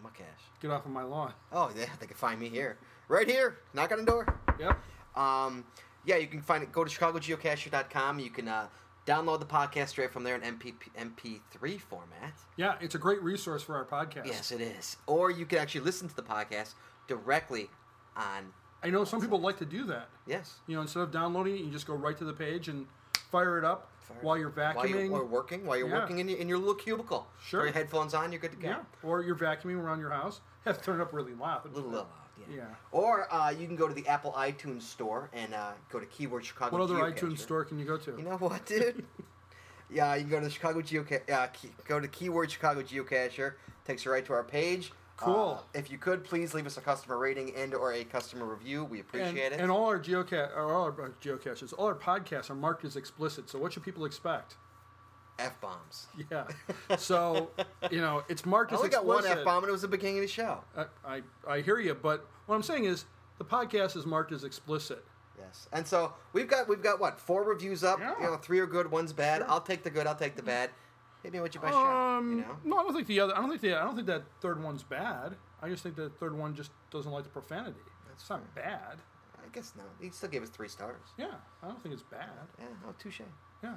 My cash. Get off of my lawn. Oh, yeah, they can find me here. Right here. Knock on the door. Yep. Um, yeah, you can find it. Go to chicagogeocacher.com. You can uh, download the podcast straight from there in MP, MP3 format. Yeah, it's a great resource for our podcast. Yes, it is. Or you can actually listen to the podcast directly on. I know some people like to do that. Yes. You know, instead of downloading it, you just go right to the page and fire it up Fire while it. you're vacuuming. While you're while working, while you're Yeah. working in your, in your little cubicle. Sure. Put your headphones on, you're good to go. yeah. Or you're vacuuming around your house. Have to turn it up really loud. A little loud. Yeah. Yeah. Or uh, you can go to the Apple iTunes store and uh, go to keyword Chicago. What other Geocacher. iTunes store can you go to? You know what, dude? yeah, you can go to the Chicago Geocacher. Uh, key, go to keyword Chicago Geocacher. Takes you right to our page. Cool. Uh, if you could please leave us a customer rating and or a customer review, we and, appreciate it. and all our geoca- or all our uh, geocaches, all our podcasts are marked as explicit. So what should people expect? F bombs. Yeah. So you know, it's marked I as only got one explicit. F bomb, and it was the beginning of the show. I, I I hear you, but what I'm saying is the podcast is marked as explicit. Yes, and so we've got we've got what four reviews up. Yeah. You know, three are good, one's bad. I'll take the good. I'll take the bad. Hit me with your best shot. You Um, know. no, I don't think the other. I don't think the. I don't think that third one's bad. I just think that third one just doesn't like the profanity. That's not bad. I guess not. He still gave us three stars. Yeah, I don't think it's bad. Yeah, oh, touche. Yeah,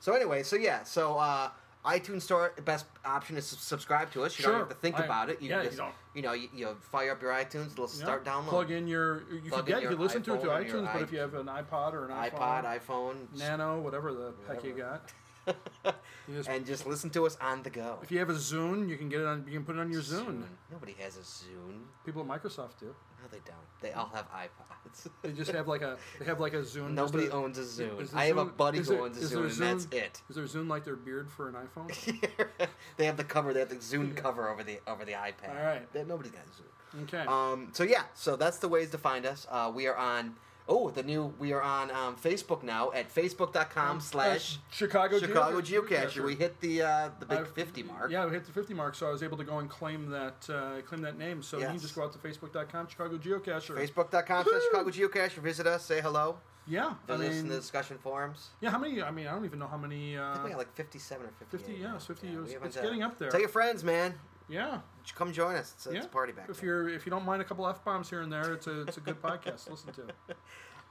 So anyway, so yeah, so uh, iTunes Store best option is to subscribe to us. You don't Sure. have to think I- about it. You yeah, you just you, know don't. you, you fire up your iTunes, it'll Yeah. start downloading. Plug in your. Plug You could in get. You your could listen to it to iPhone or your iTunes, but if you have an iPod or an iPhone, iPod, iPhone, Nano, whatever the heck you got. You just- and just listen to us on the go. if you have a Zune, you can get it on. You can put it on your Zune. Nobody has a Zune. People at Microsoft do. No, they don't. They all have iPods. They just have like a. They have like a Zune. just Nobody a- owns a is Zune. the I have a Zune- buddy is who there- owns a is there Zune, and that's Zune- it. Is there Zune like their beard for an iPhone? they have the cover. They have the Zune cover over the over the iPad. All right. They- nobody's got Zune. Okay. Um, so yeah, so that's the ways to find us. Uh, we are on. Oh, the new we are on um, Facebook now at facebook.com slash Uh, Chicago Chicago Geo- Geocacher. We hit the uh, the big I've- fifty mark. Yeah, we hit the 50 mark, so I was able to go and claim that uh, claim that name. So you can Yes. just go out to facebook.com, Chicago Geocacher. Facebook.com slash Chicago Geocacher. Visit us. Say hello. Yeah, I Visit us in the mean, discussion forums. yeah. How many? I mean, I don't even know how many. I think Uh, we got like fifty-seven or fifty. 50, yeah, it's 50 we years. haven't uh, It's done- getting up there. Tell your friends, man. yeah, Come join us. It's, yeah. it's a party back if there. you're if you don't mind a couple f bombs here and there, it's a it's a good podcast. to Listen to.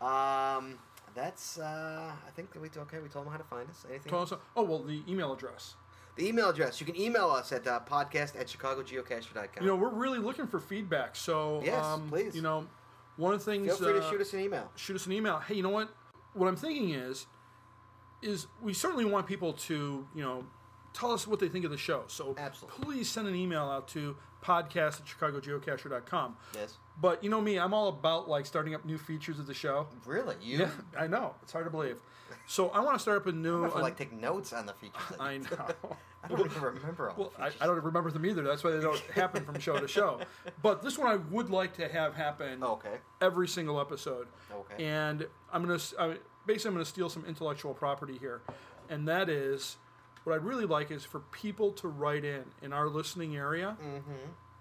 Um, that's. Uh, I think that we do okay. We told them how to find us. Anything? Tell us- Oh well, the email address. The email address. You can email us at uh, podcast at chicagogeocacher.com. You know, we're really looking for feedback. So Yes, um, please. You know, one of the things Feel free to uh, shoot us an email. shoot us an email. Hey, you know what? What I'm thinking is, is we certainly want people to, you know, tell us what they think of the show. So Absolutely. please send an email out to podcast at chicagogeocacher.com. Yes. But you know me, I'm all about like starting up new features of the show. Really? You? Yeah, I know. It's hard to believe. So I want to start up a new. I feel like take notes on the features. that I you- know. I don't even remember all Well, the I, features. I don't remember them either. That's why they don't happen from show to show. But this one I would like to have happen Oh, okay. every single episode. Okay. And I'm gonna s- I, basically I'm gonna steal some intellectual property here, and that is what I'd really like is for people to write in in our listening area, mm-hmm.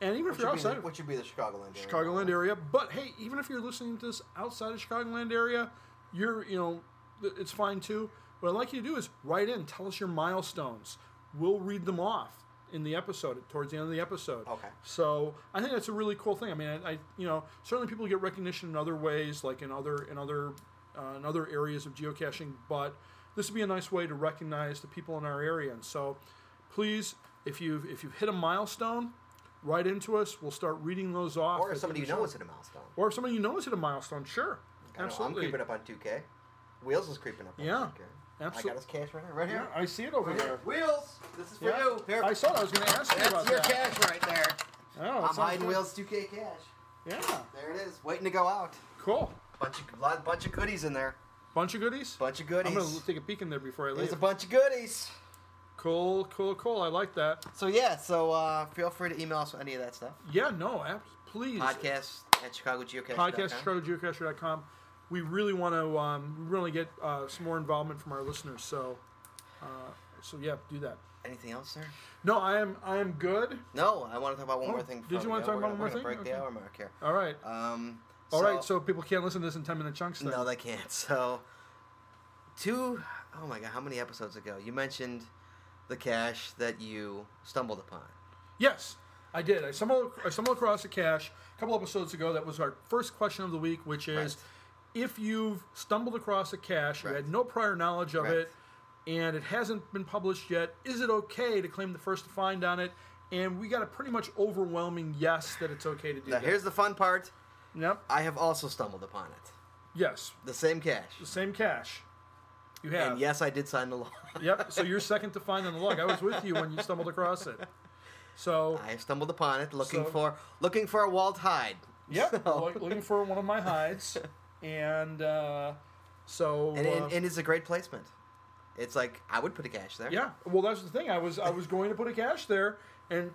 and even if you're What should be outside the- of what should be the Chicagoland area? Chicagoland area, but hey, even if you're listening to this outside of Chicagoland area, you're you know th- it's fine too. What I'd like you to do is write in, tell us your milestones. We'll read them off in the episode towards the end of the episode. Okay. So I think that's a really cool thing. I mean, I, I you know certainly people get recognition in other ways, like in other in other uh, in other areas of geocaching, but this would be a nice way to recognize the people in our area. And so, please, if you've if you've hit a milestone, write into us. We'll start reading those off. Or at if the somebody you show. know is at a milestone. or if somebody you know is hit a milestone, sure, I don't know, I'm absolutely. creeping up on 2K. Wheels is creeping up on Yeah, 2K. I absolute- got his cash right here. Right Yeah, here. I see it over Right here. there. Wheels! This is for Yeah. you. Here. I saw. it. I was going to ask you about That's your that. cash right there. Oh, that I'm sounds hiding good. Wheels 2K cash. Yeah, There it is, waiting to go out. cool. Bunch of lot, bunch of goodies in there. Bunch of goodies. Bunch of goodies. I'm going to take a peek in there before I leave. There's a bunch of goodies. Cool, cool, cool. I like that. So yeah, so uh, feel free to email us with any of that stuff. Yeah, no, ab- please. Podcast at chicagogeocache.com. Podcast chicagogeocacher.com. We really want to um, we really get uh, some more involvement from our listeners. So, uh, so yeah, do that. Anything else, sir? No, I am I am good. No, I want to talk about one Oh, more thing. did before you we wanna go. talk We're about gonna- one We're more gonna break thing? the hour mark here. All right, Um, all right. So people can't listen to this in ten minute chunks. Then. no, they can't. So two oh my god, how many episodes ago you mentioned the cache that you stumbled upon? Yes, I did. I stumbled, I stumbled across a cache a couple episodes ago. That was our first question of the week, which is if you've stumbled across a cache, you Right. had no prior knowledge of Right. it, and it hasn't been published yet, is it okay to claim the first to find on it? And we got a pretty much overwhelming yes that it's okay to do Now that. here's the fun part. yep. I have also stumbled upon it. Yes. The same cache. The same cache. You have. And yes, I did sign the law. Yep. So you're second to find on the log. I was with you when you stumbled across it. So I stumbled upon it looking So- for looking for a walled hide. Yep, So- loo- looking for one of my hides, and uh, so and, uh, and, and it's a great placement. It's like I would put a cache there. yeah. Well, that's the thing. I was I was going to put a cache there, and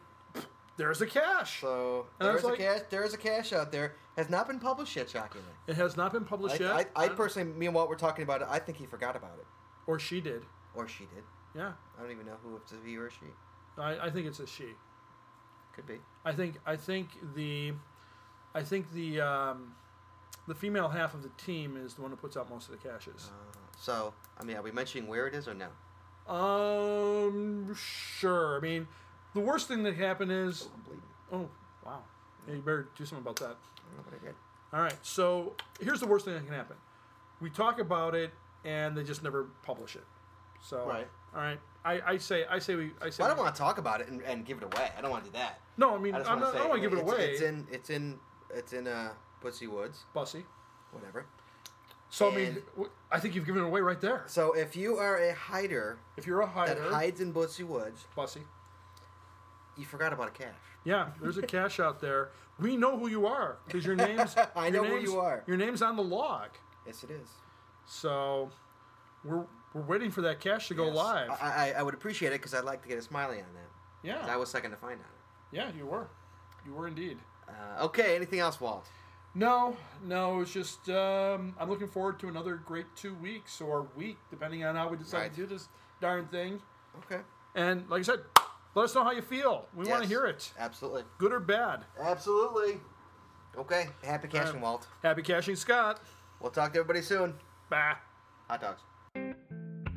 there's a cache. So And I there was is a like- cache. There is a cache out there. Has not been published yet. Shockingly, It has not been published I, yet, Uh, I, I personally, me and Walt were talking about it. I think he forgot about it, or she did. or she did. Yeah, I don't even know who if it's a he or she. I, I think it's a she. Could be. I think I think the I think the um, the female half of the team is the one who puts out most of the caches. Uh, so I mean, are we mentioning where it is or no? Uh-huh. Um, sure. I mean, the worst thing that happened is I'm bleeding. oh wow. Yeah, you better do something about that. I don't know what I did. All right. So here's the worst thing that can happen. We talk about it and they just never publish it. So Right. All right. I, I say I say we I say Well, I don't we- want to talk about it and, and give it away. I don't want to do that. No, I mean I just I'm wanna not, I say don't want to give it it's- away. It's in. It's in. It's in. Uh, Pussy Woods. Bussy. Whatever. So I mean And- w- I think you've given it away right there. So if you are a hider, If you're a hider, that hides in Pussy Woods, Bussy. you forgot about a cache. Yeah, there's a cash out there. We know who you are because your name's I your know who name's- you are. Your name's on the log. Yes, it is. So we're we're waiting for that cash to go Yes. live. I, I, I would appreciate it because I'd like to get a smiley on that. 'Cause yeah. I was second to find out. yeah, you were. You were indeed. Uh, okay, anything else, Walt? No, no, it's just um, I'm looking forward to another great two weeks or week, depending on how we decide Right. to do this darn thing. Okay. And like I said, let us know how you feel. We want Yes. to hear it, Absolutely. good or bad. Absolutely. Okay, happy cashing, Alright. Walt. Happy cashing, Scott. We'll talk to everybody soon. Bye. Hot dogs.